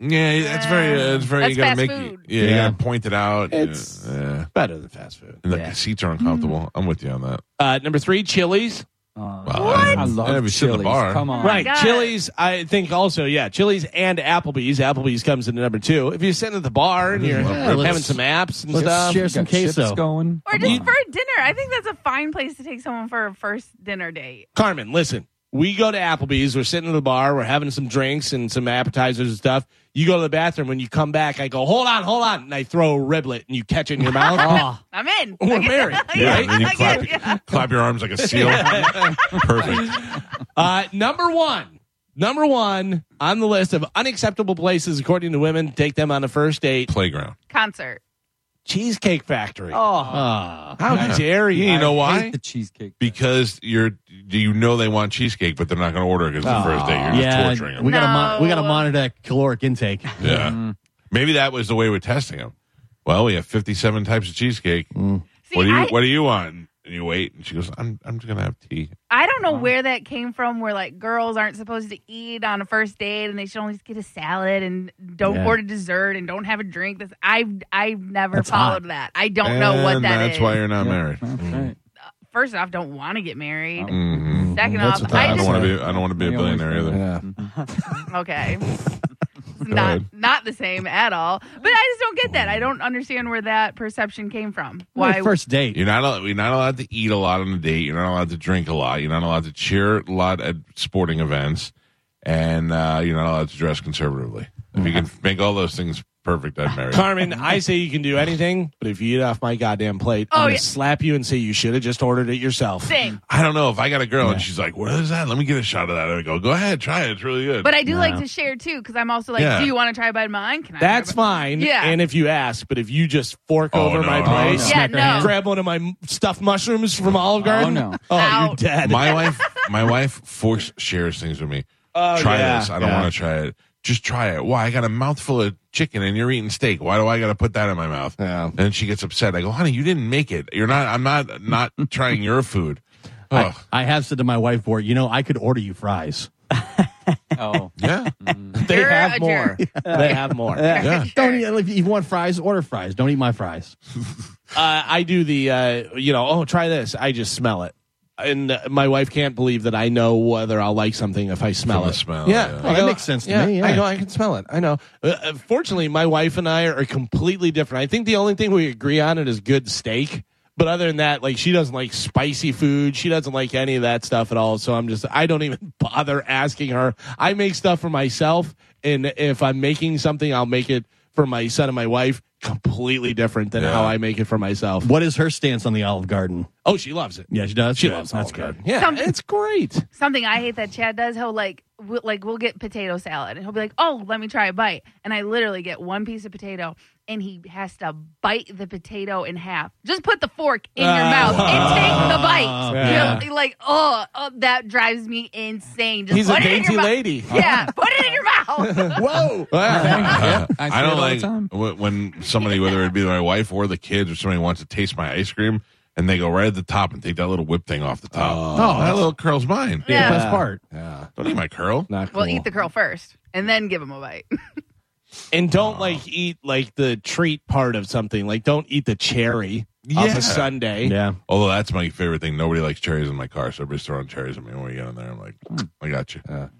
Speaker 2: Yeah, it's very, uh, it's very.
Speaker 5: That's
Speaker 2: you gotta
Speaker 5: fast
Speaker 2: make
Speaker 5: food.
Speaker 2: Yeah, you
Speaker 6: Yeah.
Speaker 2: gotta point it out.
Speaker 3: It's-
Speaker 2: yeah.
Speaker 3: Better than fast food.
Speaker 2: And the seats are uncomfortable. I'm with you on that.
Speaker 3: Uh, number three, Chili's.
Speaker 2: Well,
Speaker 8: I
Speaker 2: I'm-
Speaker 8: love
Speaker 2: I'd be sitting in
Speaker 8: Chili's.
Speaker 2: the bar.
Speaker 8: Come on.
Speaker 5: Oh my
Speaker 3: Right,
Speaker 5: God.
Speaker 3: Chili's. I think also, yeah, Chili's and Applebee's. Applebee's comes into number two. If you're sitting at the bar and you're
Speaker 6: let's-
Speaker 3: having some apps and
Speaker 6: Let's
Speaker 3: stuff,
Speaker 6: share
Speaker 8: We
Speaker 6: some
Speaker 8: got chips
Speaker 6: queso.
Speaker 8: going.
Speaker 5: Or
Speaker 8: Come
Speaker 5: just
Speaker 3: Mm.
Speaker 8: on.
Speaker 5: for a dinner. I think that's a fine place to take someone for a first dinner date.
Speaker 3: Carmen, listen. We go to Applebee's. We're sitting at the bar. We're having some drinks and some appetizers and stuff. You go to the bathroom. When you come back, I go, hold on, hold on, and I throw a riblet and you catch it in your mouth.
Speaker 4: Oh,
Speaker 5: I'm in.
Speaker 3: We're
Speaker 5: I get-
Speaker 3: married,
Speaker 2: Yeah,
Speaker 3: right?
Speaker 2: and then you
Speaker 5: I
Speaker 2: clap,
Speaker 5: get- yeah.
Speaker 2: clap your arms like a seal. Perfect.
Speaker 3: Uh, number one, number one on the list of unacceptable places according to women. Take them on a first date.
Speaker 2: Playground.
Speaker 5: Concert.
Speaker 3: Cheesecake Factory.
Speaker 6: Ah.
Speaker 3: How dare you?
Speaker 2: You know
Speaker 8: I
Speaker 2: why?
Speaker 8: hate the cheesecake.
Speaker 2: Because you're, do you know they want cheesecake, but they're not going to order it because it's the first day. You're just
Speaker 6: yeah,
Speaker 2: torturing them.
Speaker 6: we gotta mon-
Speaker 5: No.
Speaker 6: we gotta monitor that caloric intake.
Speaker 2: yeah. Maybe that was the way we're testing them. Well, we have 57 types of cheesecake.
Speaker 5: See,
Speaker 2: what do you
Speaker 5: I,
Speaker 2: What do you want? And you wait, and she goes, "I'm I'm just gonna have tea."
Speaker 5: I don't know where that came from where like girls aren't supposed to eat on a first date and they should only get a salad and don't
Speaker 6: Yeah.
Speaker 5: order dessert and don't have a drink. This I've I've never
Speaker 6: That's
Speaker 5: followed that. I don't know what
Speaker 2: And
Speaker 5: that
Speaker 2: that's
Speaker 5: is.
Speaker 2: why you're not
Speaker 8: Yeah,
Speaker 2: married. Mm.
Speaker 8: that's right.
Speaker 5: First off, don't want to get married.
Speaker 2: Mhm.
Speaker 5: Second
Speaker 6: That's
Speaker 5: off,
Speaker 6: what
Speaker 5: I
Speaker 2: I don't
Speaker 5: just
Speaker 2: want to be. I don't want to be a
Speaker 8: They always
Speaker 2: billionaire
Speaker 8: do
Speaker 2: either.
Speaker 8: that.
Speaker 5: Okay. It's
Speaker 2: ahead.
Speaker 5: not not the same at all. But I just don't get that. I don't understand where that perception came from. Why
Speaker 6: Why first date?
Speaker 2: You're not. al- You're not allowed to eat a lot on a date. You're not allowed to drink a lot. You're not allowed to cheer a lot at sporting events, and uh, you're not allowed to dress conservatively. If you can make all those things perfect, I'd marry. you.
Speaker 3: Carmen, I say you can do anything, but if you eat off my goddamn plate,
Speaker 5: Oh,
Speaker 3: I'm gonna
Speaker 5: yeah.
Speaker 3: slap you and say you should have just ordered it yourself.
Speaker 5: same.
Speaker 2: I don't know if I got a girl and she's like, "What is that? Let me get a shot of that." I go, "Go ahead, try it. It's really good."
Speaker 5: But I do like to share too, because I'm also like,
Speaker 2: Yeah.
Speaker 5: do you want to try a bite of mine? Can I? try a
Speaker 3: That's
Speaker 5: bite-
Speaker 3: fine.
Speaker 5: Yeah.
Speaker 3: And if you ask, but if you just fork
Speaker 2: Oh,
Speaker 3: over
Speaker 2: no,
Speaker 3: my
Speaker 2: no,
Speaker 3: plate,
Speaker 2: no.
Speaker 5: Yeah, no.
Speaker 3: grab one of my m- stuffed mushrooms from Olive Garden,
Speaker 8: no.
Speaker 3: Oh, you're
Speaker 5: Out.
Speaker 3: dead.
Speaker 2: my wife my wife force shares things with me
Speaker 3: Oh,
Speaker 2: try
Speaker 3: yeah,
Speaker 2: this i don't
Speaker 6: yeah.
Speaker 2: want to try it just try it why i got a mouthful of chicken and you're eating steak why do i got to put that in my mouth
Speaker 6: Yeah.
Speaker 2: and she gets upset i go honey you didn't make it you're not i'm not not trying your food
Speaker 6: I,
Speaker 2: Ugh.
Speaker 6: I have said to my wife, "Boy, you know, I could order you fries.
Speaker 8: Oh,
Speaker 2: yeah
Speaker 3: they
Speaker 5: You're
Speaker 3: have
Speaker 5: a
Speaker 3: more. they have more. Uh,
Speaker 2: yeah
Speaker 6: Don't eat, if you want fries, order fries. Don't eat my fries.
Speaker 3: I do the, uh, you know, oh, try this. I just smell it. And uh, my wife can't believe that I know whether I'll like something if I smell
Speaker 2: From the
Speaker 3: it.
Speaker 2: smell, yeah.
Speaker 3: I
Speaker 6: Well, that makes sense to me,
Speaker 3: I
Speaker 6: yeah.
Speaker 3: know I can smell it. I know. Uh, Uh, fortunately, my wife and I are completely different. I think the only thing we agree on it is good steak. But other than that, like she doesn't like spicy food. She doesn't like any of that stuff at all. So I'm just I don't even bother asking her. I make stuff for myself, and if I'm making something, I'll make it for my son and my wife. Completely different than
Speaker 2: Yeah.
Speaker 3: how I make it for myself.
Speaker 6: What is her stance on the Olive Garden?
Speaker 3: Oh, she loves it.
Speaker 6: Yeah, she does.
Speaker 3: She
Speaker 6: Good.
Speaker 3: loves
Speaker 6: That's
Speaker 3: Olive Garden.
Speaker 6: good.
Speaker 3: Yeah,
Speaker 5: Some-
Speaker 3: it's great.
Speaker 5: Something I hate that Chad does. He'll like, we'll, like we'll get potato salad, and he'll be like, oh, let me try a bite, and I literally get one piece of potato. And he has to bite the potato in half. Just put the fork in your
Speaker 3: Ah.
Speaker 5: mouth and take the bite.
Speaker 3: Yeah.
Speaker 5: You know, like, oh, oh, that drives me insane. Just
Speaker 3: He's a
Speaker 5: put it in
Speaker 3: dainty
Speaker 5: your mouth.
Speaker 3: lady.
Speaker 5: Yeah, put it in your mouth.
Speaker 6: Whoa!
Speaker 2: Uh,
Speaker 8: I see
Speaker 2: I
Speaker 8: it all
Speaker 2: don't
Speaker 8: the
Speaker 2: like
Speaker 8: time.
Speaker 2: wh- when somebody, whether it be my wife or the kids, or somebody wants to taste my ice cream, and they go right at the top and take that little whip thing off the top. Oh, that little curl's mine.
Speaker 5: Yeah.
Speaker 6: Best part.
Speaker 2: Don't eat my curl.
Speaker 6: Not
Speaker 5: Well, eat the curl first and then give him a bite.
Speaker 3: And don't like eat like the treat part of something. Like don't eat the cherry off
Speaker 2: Yeah.
Speaker 3: a Sunday.
Speaker 6: Yeah.
Speaker 2: Although that's my favorite thing. Nobody likes cherries in my car, so everybody's throwing cherries at me when we get in there. I'm like, I got you. All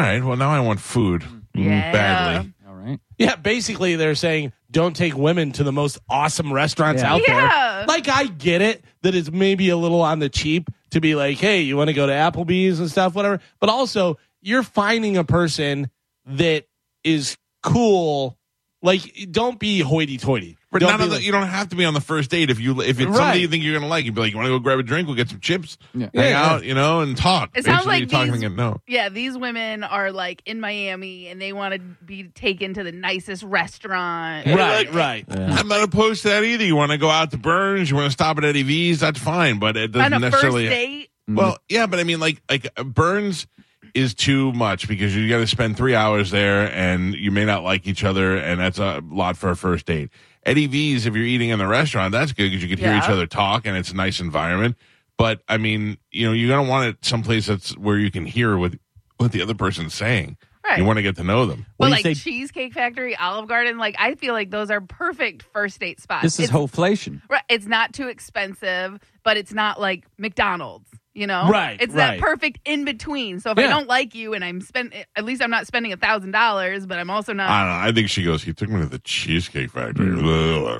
Speaker 2: right. Well, now I want food
Speaker 5: Mm-hmm. Yeah.
Speaker 2: badly.
Speaker 8: all right.
Speaker 3: Yeah, basically they're saying don't take women to the most awesome restaurants
Speaker 8: Yeah.
Speaker 3: out
Speaker 5: Yeah.
Speaker 3: there. Like I get it that it's maybe a little on the cheap to be like, hey, you want to go to Applebee's and stuff, whatever. But also, you're finding a person that is cool. Like, don't be hoity-toity.
Speaker 2: But
Speaker 3: Don't
Speaker 2: none
Speaker 3: be
Speaker 2: of the,
Speaker 3: like-
Speaker 2: you don't have to be on the first date if you if it's
Speaker 3: Right.
Speaker 2: something you think you're gonna like. You'd be like, you want to go grab a drink? We'll get some chips,
Speaker 8: Yeah.
Speaker 2: hang
Speaker 3: Yeah.
Speaker 2: out, you know, and talk.
Speaker 5: It sounds
Speaker 2: Basically,
Speaker 5: like
Speaker 2: you're talking
Speaker 5: these-
Speaker 2: and no.
Speaker 5: Yeah, these women are like in Miami and they want to be taken to the nicest restaurant.
Speaker 3: right, right.
Speaker 2: I'm not opposed to that either. You want to go out to Burns, you want to stop at Eddie V's, that's fine. But it doesn't
Speaker 5: On a first
Speaker 2: necessarily.
Speaker 5: date.
Speaker 2: Well, yeah, but I mean, like, like uh, Burns is too much because you got to spend three hours there, and you may not like each other, and that's a lot for a first date. Eddie V's, if you're eating in the restaurant, that's good because you can hear
Speaker 5: Yeah.
Speaker 2: each other talk, and it's a nice environment. But I mean, you know, you're gonna want it someplace that's where you can hear what what the other person's saying.
Speaker 5: Right.
Speaker 2: You want to get to know them.
Speaker 5: But
Speaker 6: do you
Speaker 5: like
Speaker 6: say-
Speaker 5: Cheesecake Factory, Olive Garden, like I feel like those are perfect first date spots.
Speaker 8: This is
Speaker 5: it's,
Speaker 8: hoflation.
Speaker 5: right, it's not too expensive, but it's not like McDonald's. You know,
Speaker 3: Right,
Speaker 5: It's
Speaker 3: right.
Speaker 5: that perfect in between. So if
Speaker 3: Yeah.
Speaker 5: I don't like you, and I'm spend, at least I'm not spending a thousand dollars, but I'm also
Speaker 3: Uh,
Speaker 5: not.
Speaker 2: I don't know. I think she goes. He took me to the cheesecake factory.
Speaker 5: Mm.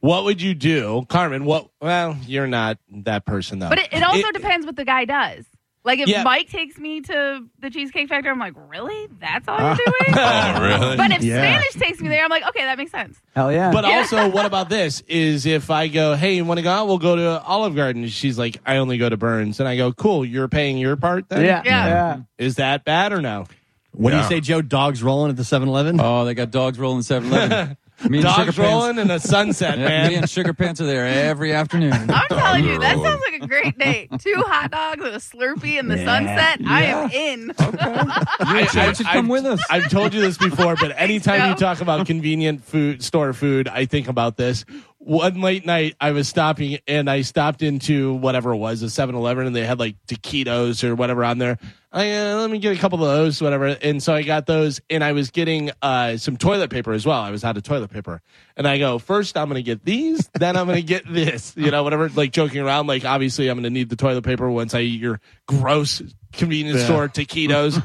Speaker 3: What would you do, Carmen? What? Well, you're not that person though.
Speaker 5: but it, it also
Speaker 3: It-
Speaker 5: depends what the guy does. Like if
Speaker 3: Yeah.
Speaker 5: Mike takes me to the Cheesecake Factory, I'm like, really? That's
Speaker 3: Uh,
Speaker 5: all you're doing?
Speaker 2: Oh, really?
Speaker 5: but if
Speaker 6: Yeah.
Speaker 5: Spanish takes me there, I'm like, okay, that makes sense.
Speaker 8: Hell yeah.
Speaker 3: But also, what about this? Is if I go, hey, you want to go out? We'll go to Olive Garden. She's like, I only go to Burns, and I go, cool. You're paying your part then.
Speaker 4: Yeah.
Speaker 5: Yeah.
Speaker 3: Is that bad or no?
Speaker 6: When
Speaker 2: Yeah.
Speaker 6: you say Joe, dogs rolling at the 7-Eleven.
Speaker 8: Oh, they got dogs rolling 7 Eleven. Me and Sugar
Speaker 3: Dogs
Speaker 8: Pants-
Speaker 3: rolling and a sunset,
Speaker 8: Yeah, me
Speaker 3: man.
Speaker 8: and Sugar Pants are there every afternoon.
Speaker 5: I'm telling you, that sounds like a great date. Two hot dogs and a Slurpee in the sunset. I am in.
Speaker 3: I,
Speaker 8: Why don't you come
Speaker 3: I've-
Speaker 8: with us?
Speaker 3: I've told you this before, but anytime you
Speaker 5: Joe.
Speaker 3: talk about convenient food, store food, I think about this. One late night, I was stopping and I stopped into whatever it was, a 7 Eleven, and they had like taquitos or whatever on there. I, uh, let me get a couple of those, whatever. And so I got those and I was getting uh, some toilet paper as well. I was out of toilet paper. And I go, first, I'm going to get these, then I'm going to get this, you know, whatever, like joking around. Like, obviously, I'm going to need the toilet paper once I eat your gross convenience store taquitos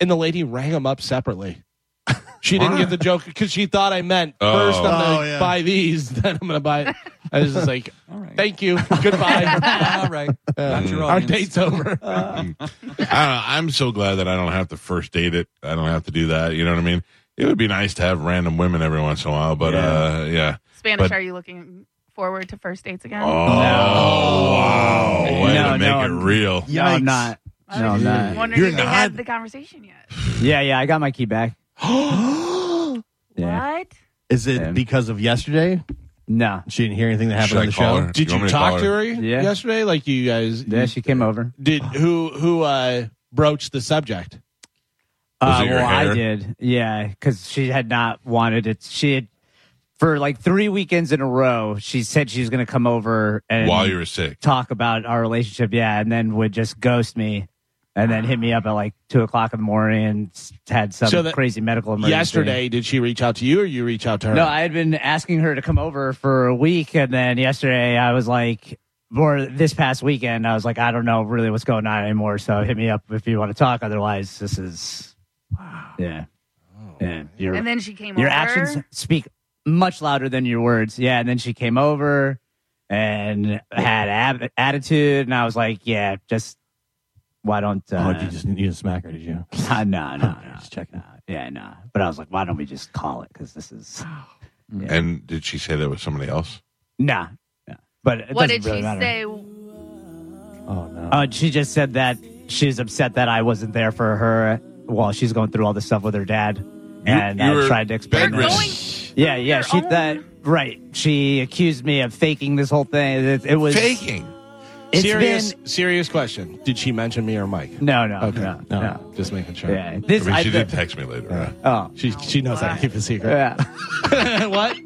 Speaker 3: and the lady rang them up separately. She didn't get the joke because she thought I meant
Speaker 2: Oh.
Speaker 3: first I'm gonna
Speaker 6: Oh, yeah.
Speaker 3: buy these, then I'm gonna buy. I was just like,
Speaker 8: All right.
Speaker 3: "Thank you, goodbye." Um,
Speaker 8: All right. That's your
Speaker 3: Our
Speaker 8: audience.
Speaker 3: date's over.
Speaker 2: I don't know. I'm so glad that I don't have to first date it. I don't have to do that. You know what I mean? It would be nice to have random women every once in a while, but uh, yeah.
Speaker 5: Spanish,
Speaker 2: But-
Speaker 5: are you looking forward to first dates again?
Speaker 2: Oh wow! Way
Speaker 4: No,
Speaker 2: to
Speaker 4: no,
Speaker 2: make it
Speaker 4: I'm-
Speaker 2: real.
Speaker 4: No, I'm not.
Speaker 5: I
Speaker 4: No,
Speaker 5: was
Speaker 4: I'm
Speaker 5: just
Speaker 4: not.
Speaker 5: wondering
Speaker 2: You're
Speaker 5: if they
Speaker 2: not?
Speaker 5: had the conversation yet.
Speaker 4: Yeah, yeah. I got my key back. Yeah.
Speaker 5: What?
Speaker 6: Is it
Speaker 4: Yeah.
Speaker 6: because of yesterday?
Speaker 4: No.
Speaker 6: She didn't hear anything that
Speaker 2: Should
Speaker 6: happened on
Speaker 2: I
Speaker 6: the
Speaker 2: call
Speaker 6: show.
Speaker 2: her?
Speaker 3: Did
Speaker 2: want
Speaker 3: you
Speaker 2: me call
Speaker 3: talk to her
Speaker 4: Yeah.
Speaker 3: yesterday? Like you guys?
Speaker 4: Yeah, she came over.
Speaker 3: Did who who uh, broached the subject?
Speaker 2: Was
Speaker 4: Uh,
Speaker 2: it your
Speaker 4: well,
Speaker 2: hair?
Speaker 4: I did. Yeah, because she had not wanted it. She had for like three weekends in a row. She said she was going to come over and
Speaker 2: While you were sick.
Speaker 4: talk about our relationship. Yeah, and then would just ghost me, and then hit me up at like two o'clock in the morning and s- had some
Speaker 3: So that-
Speaker 4: crazy medical emergency.
Speaker 3: Yesterday, did she reach out to you or you reach out to her?
Speaker 4: No, I had been asking her to come over for a week, and then yesterday I was like, or this past weekend, I was like, I don't know really what's going on anymore. So hit me up if you want to talk. Otherwise, this is, yeah, yeah. Your
Speaker 5: And then she came
Speaker 4: your
Speaker 5: over.
Speaker 4: actions speak much louder than your words. Yeah, and then she came over and had ab- attitude, and I was like, yeah, just why don't?
Speaker 6: Oh,
Speaker 4: Uh,
Speaker 6: did you just you didn't smack her? Did you?
Speaker 4: no, no, no,
Speaker 6: Just checking.
Speaker 4: no. Yeah, no. But I was like, why don't we just call it? Because this is.
Speaker 2: And did she say that was somebody else?
Speaker 4: Nah. nah. But it
Speaker 5: What
Speaker 4: doesn't
Speaker 5: did
Speaker 4: really
Speaker 5: she
Speaker 4: matter.
Speaker 5: say?
Speaker 6: Oh no.
Speaker 4: Uh, she just said that she's upset that I wasn't there for her while she's going through all this stuff with her dad. and
Speaker 2: you were
Speaker 4: I tried to explain.
Speaker 5: You're
Speaker 2: bedridden.
Speaker 5: going.
Speaker 4: Yeah, yeah.
Speaker 5: your
Speaker 4: She
Speaker 5: own-
Speaker 4: that right. She accused me of faking this whole thing. It, it was
Speaker 2: Faking.
Speaker 4: it's
Speaker 3: serious
Speaker 4: been-
Speaker 3: serious question. Did she mention me or Mike?
Speaker 4: no, no,
Speaker 3: Okay.
Speaker 4: no,
Speaker 3: No,
Speaker 4: no,
Speaker 3: just making sure.
Speaker 4: Yeah,
Speaker 2: I
Speaker 4: this
Speaker 2: mean,
Speaker 4: I,
Speaker 2: she did text me later.
Speaker 4: oh
Speaker 3: She she knows how to keep a secret.
Speaker 4: yeah.
Speaker 3: what?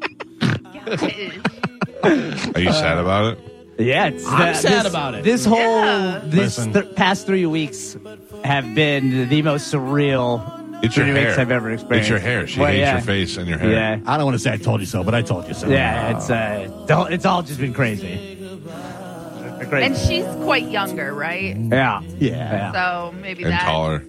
Speaker 2: Are you sad about it?
Speaker 4: Yeah, it's
Speaker 3: I'm
Speaker 4: that-
Speaker 3: sad
Speaker 4: this-
Speaker 3: about it.
Speaker 4: This whole
Speaker 5: Yeah.
Speaker 4: this
Speaker 6: Listen.
Speaker 4: th- past three weeks have been the most surreal
Speaker 2: It's your
Speaker 4: three
Speaker 2: hair.
Speaker 4: weeks I've ever
Speaker 2: It's
Speaker 4: experienced.
Speaker 2: your hair. She
Speaker 4: Well,
Speaker 2: hates
Speaker 4: yeah.
Speaker 2: your face and your hair.
Speaker 4: Yeah,
Speaker 6: I don't want to say I told you so, but I told you so.
Speaker 4: yeah. It's uh, the whole- it's all just been crazy. Crazy.
Speaker 5: And she's quite younger, right?
Speaker 4: yeah,
Speaker 6: Yeah.
Speaker 5: So maybe
Speaker 2: And
Speaker 5: that.
Speaker 2: taller.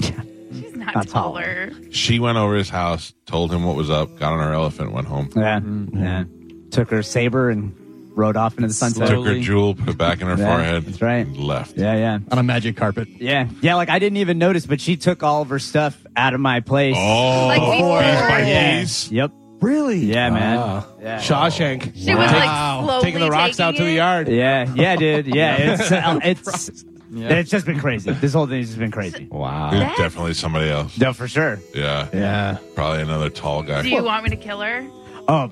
Speaker 5: She's not,
Speaker 4: Not
Speaker 5: taller.
Speaker 4: taller.
Speaker 2: She went over his house, told him what was up, got on her elephant, went home.
Speaker 4: yeah, yeah. Took her saber and rode off into the sunset.
Speaker 2: Took her
Speaker 8: Slowly.
Speaker 2: jewel, put it back in her
Speaker 4: Yeah,
Speaker 2: forehead.
Speaker 4: that's right.
Speaker 2: and left.
Speaker 4: Yeah, yeah,
Speaker 6: On a magic carpet.
Speaker 4: yeah, yeah. Like I didn't even notice, but she took all of her stuff out of my place.
Speaker 2: Oh,
Speaker 5: Like before.
Speaker 2: piece by
Speaker 4: yeah.
Speaker 2: piece.
Speaker 4: Yep.
Speaker 6: Really?
Speaker 4: Yeah, man.
Speaker 3: Ah.
Speaker 4: yeah.
Speaker 3: Shawshank.
Speaker 5: She was like slowly
Speaker 3: taking the rocks out to
Speaker 5: taking
Speaker 3: the
Speaker 5: it.
Speaker 3: yard.
Speaker 4: Yeah, yeah, dude. Yeah, it's uh, it's it's just been crazy. This whole thing's just been crazy.
Speaker 2: It
Speaker 6: Wow.
Speaker 2: was
Speaker 5: That's-
Speaker 2: definitely somebody else.
Speaker 4: No, for sure.
Speaker 2: Yeah.
Speaker 6: Yeah.
Speaker 2: Probably another tall guy.
Speaker 5: Do you want me to kill her?
Speaker 4: Oh,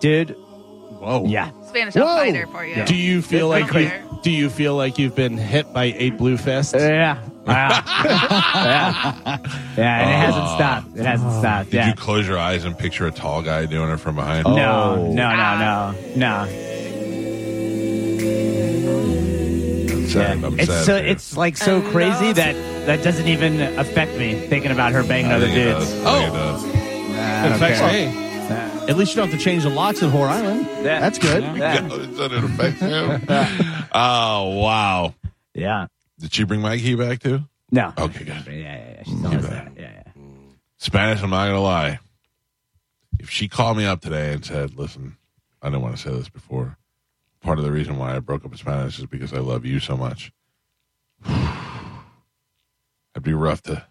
Speaker 4: dude.
Speaker 6: Whoa.
Speaker 4: Yeah.
Speaker 5: Spanish,
Speaker 3: Whoa.
Speaker 5: I'll fight her for you.
Speaker 3: Do you feel
Speaker 5: I
Speaker 3: like
Speaker 5: don't
Speaker 3: you,
Speaker 5: care.
Speaker 3: do you feel like you've been hit by eight blue fists?
Speaker 4: Yeah. Wow. yeah. Yeah, and it hasn't stopped. It hasn't stopped.
Speaker 2: Oh. Did
Speaker 4: Yeah.
Speaker 2: you close your eyes and picture a tall guy doing it from behind?
Speaker 4: no, no, no, no, no.
Speaker 2: I'm sad. I'm
Speaker 4: It's
Speaker 2: sad
Speaker 4: so
Speaker 2: for you.
Speaker 4: it's like so crazy that that doesn't even affect me thinking about her banging
Speaker 2: I
Speaker 4: other
Speaker 2: think it
Speaker 4: dudes.
Speaker 2: does. I think it does.
Speaker 4: Oh. Yeah, I
Speaker 3: In
Speaker 4: don't
Speaker 3: fact,
Speaker 4: care.
Speaker 3: hey,
Speaker 6: At least you don't have to change the locks at Whore Island.
Speaker 4: Yeah.
Speaker 6: That's good.
Speaker 2: Yeah, it doesn't affect him. oh wow!
Speaker 4: Yeah.
Speaker 2: Did she bring Maggie back too?
Speaker 4: No.
Speaker 2: Okay, good.
Speaker 4: Yeah, yeah, yeah. She's always there. Yeah, yeah.
Speaker 2: Spanish, I'm not going to lie. If she called me up today and said, listen, I didn't want to say this before. Part of the reason why I broke up with Spanish is because I love you so much. That'd be rough to.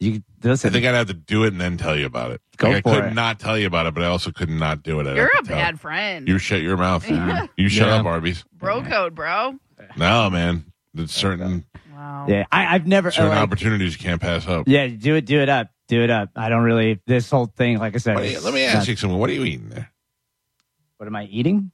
Speaker 4: You
Speaker 2: I
Speaker 4: listen.
Speaker 2: think I'd have to do it and then tell you about it.
Speaker 4: Go
Speaker 2: Like, I
Speaker 4: for
Speaker 2: could
Speaker 4: it.
Speaker 2: not tell you about it, but I also could not do it. I'd
Speaker 5: You're
Speaker 2: have
Speaker 5: a
Speaker 2: to tell.
Speaker 5: bad friend.
Speaker 2: You shut your mouth.
Speaker 5: Yeah.
Speaker 2: You shut
Speaker 6: Yeah.
Speaker 2: up, Arby's.
Speaker 5: bro code, bro.
Speaker 2: No, man. There's certain
Speaker 5: Wow.
Speaker 4: yeah, I, I've never. oh,
Speaker 2: certain
Speaker 4: like-
Speaker 2: opportunities you can't pass up.
Speaker 4: yeah, do it, do it up, do it up. I don't really. This whole thing, like I said.
Speaker 2: What do you-
Speaker 4: it's
Speaker 2: let me ask
Speaker 4: not-
Speaker 2: you something. What are you eating there?
Speaker 4: What am I eating?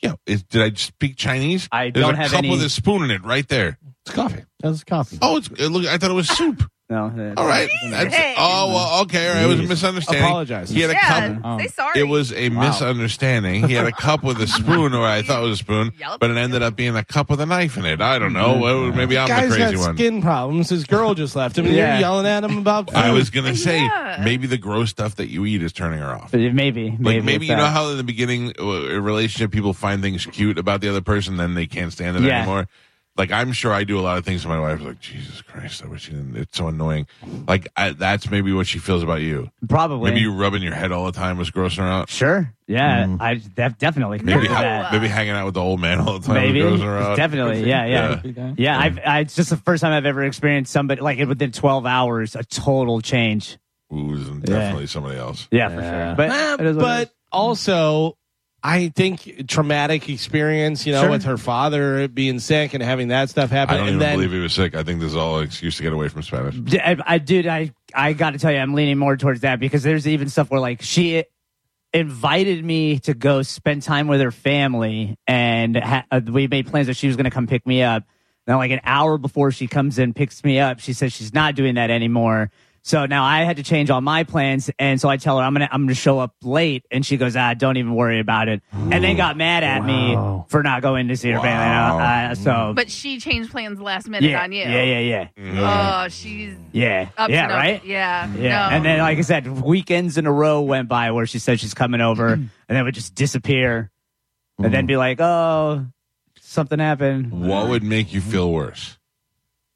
Speaker 2: Yeah, is, did I speak Chinese?
Speaker 4: I
Speaker 2: There's
Speaker 4: don't
Speaker 2: a
Speaker 4: have
Speaker 2: cup
Speaker 4: any-
Speaker 2: with a spoon in it right there. It's coffee.
Speaker 6: That's coffee.
Speaker 2: Oh, it's it look. I thought it was soup.
Speaker 4: No. uh,
Speaker 2: All right.
Speaker 5: Jesus.
Speaker 2: That's, oh, well, okay. All right. It was a misunderstanding.
Speaker 3: Apologize.
Speaker 2: He had a
Speaker 5: Yeah,
Speaker 2: cup.
Speaker 8: Oh.
Speaker 5: say sorry.
Speaker 2: It was a misunderstanding. He had a cup with a spoon, or I thought it was a spoon,
Speaker 5: Yup.
Speaker 2: but it ended up being a cup with a knife in it. I don't know. Well, Maybe I'm
Speaker 3: Guy's
Speaker 2: the crazy
Speaker 3: got
Speaker 2: one.
Speaker 3: skin problems. His girl just left him. And
Speaker 4: Yeah.
Speaker 3: You're yelling at him about. Food.
Speaker 2: I was gonna say
Speaker 5: Yeah.
Speaker 2: maybe the gross stuff that you eat is turning her off.
Speaker 4: but it- Maybe. Maybe.
Speaker 2: Like maybe,
Speaker 4: it's
Speaker 2: you know
Speaker 4: that.
Speaker 2: how in the beginning uh, a relationship people find things cute about the other person, then they can't stand it
Speaker 4: Yeah.
Speaker 2: anymore. Like I'm sure I do a lot of things to my wife. Like Jesus Christ, I wish she didn't. It's so annoying. Like I, that's maybe what she feels about you.
Speaker 4: Probably.
Speaker 2: Maybe you rubbing your head all the time was grossing her out.
Speaker 4: Sure. Yeah. I def- definitely. could
Speaker 2: Maybe
Speaker 4: do
Speaker 5: No.
Speaker 2: ha-
Speaker 4: that.
Speaker 2: maybe hanging out with the old man all the time
Speaker 4: Maybe.
Speaker 2: was grossing her out.
Speaker 4: Definitely. Yeah. Yeah.
Speaker 2: Yeah.
Speaker 8: Yeah.
Speaker 4: Yeah, I've, I, it's just the first time I've ever experienced somebody like it within 12 hours, a total change.
Speaker 2: Ooh, this is definitely somebody else.
Speaker 4: Yeah, for sure. But,
Speaker 3: Eh,
Speaker 4: it is what it is.
Speaker 3: but also, I think traumatic experience. You know,
Speaker 4: Sure.
Speaker 3: with her father being sick and having that stuff happen,
Speaker 2: I don't
Speaker 3: and
Speaker 2: even
Speaker 3: then
Speaker 2: believe he was sick. I think this is all an excuse to get away from Spanish.
Speaker 4: D- I, I dude, I, I got to tell you, I'm leaning more towards that because there's even stuff where like she invited me to go spend time with her family, and ha- uh, we made plans that she was going to come pick me up. Now, like an hour before she comes in, picks me up, she says she's not doing that anymore. So now I had to change all my plans, and so I tell her I'm gonna I'm gonna show up late, and she goes, "Ah, don't even worry about it," and then got mad at me for not going to see her family. And I- I- so,
Speaker 5: But she changed plans last minute
Speaker 4: yeah,
Speaker 5: on you.
Speaker 4: yeah, yeah, yeah,
Speaker 5: Oh, she's
Speaker 4: yeah,
Speaker 5: up
Speaker 4: yeah,
Speaker 5: to no-
Speaker 4: right,
Speaker 5: Yeah.
Speaker 4: yeah.
Speaker 5: no.
Speaker 4: And then, like I said, weekends in a row went by where she said she's coming over
Speaker 2: Mm.
Speaker 4: and then would just disappear and then be like, oh, something happened.
Speaker 2: What would make you feel worse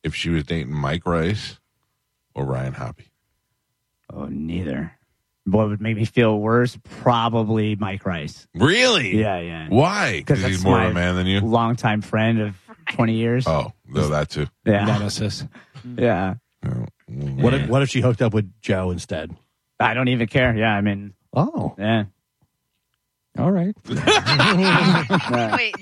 Speaker 2: if she was dating Mike Rice or Ryan Hoppy?
Speaker 4: Oh, neither. What would make me feel worse? Probably Mike Rice.
Speaker 2: Really?
Speaker 4: Yeah, yeah.
Speaker 2: Why?
Speaker 4: 'Cause
Speaker 2: Because he's
Speaker 4: that's
Speaker 2: more
Speaker 4: my-
Speaker 2: of a man than you.
Speaker 4: Longtime friend of 20 years.
Speaker 2: Oh, no, that too.
Speaker 4: yeah.
Speaker 3: nemesis.
Speaker 4: Yeah.
Speaker 2: No. Mm.
Speaker 6: What if, what if she hooked up with Joe instead?
Speaker 4: I don't even care. Yeah. I mean,
Speaker 6: Oh,
Speaker 4: yeah.
Speaker 8: All right.
Speaker 5: Wait.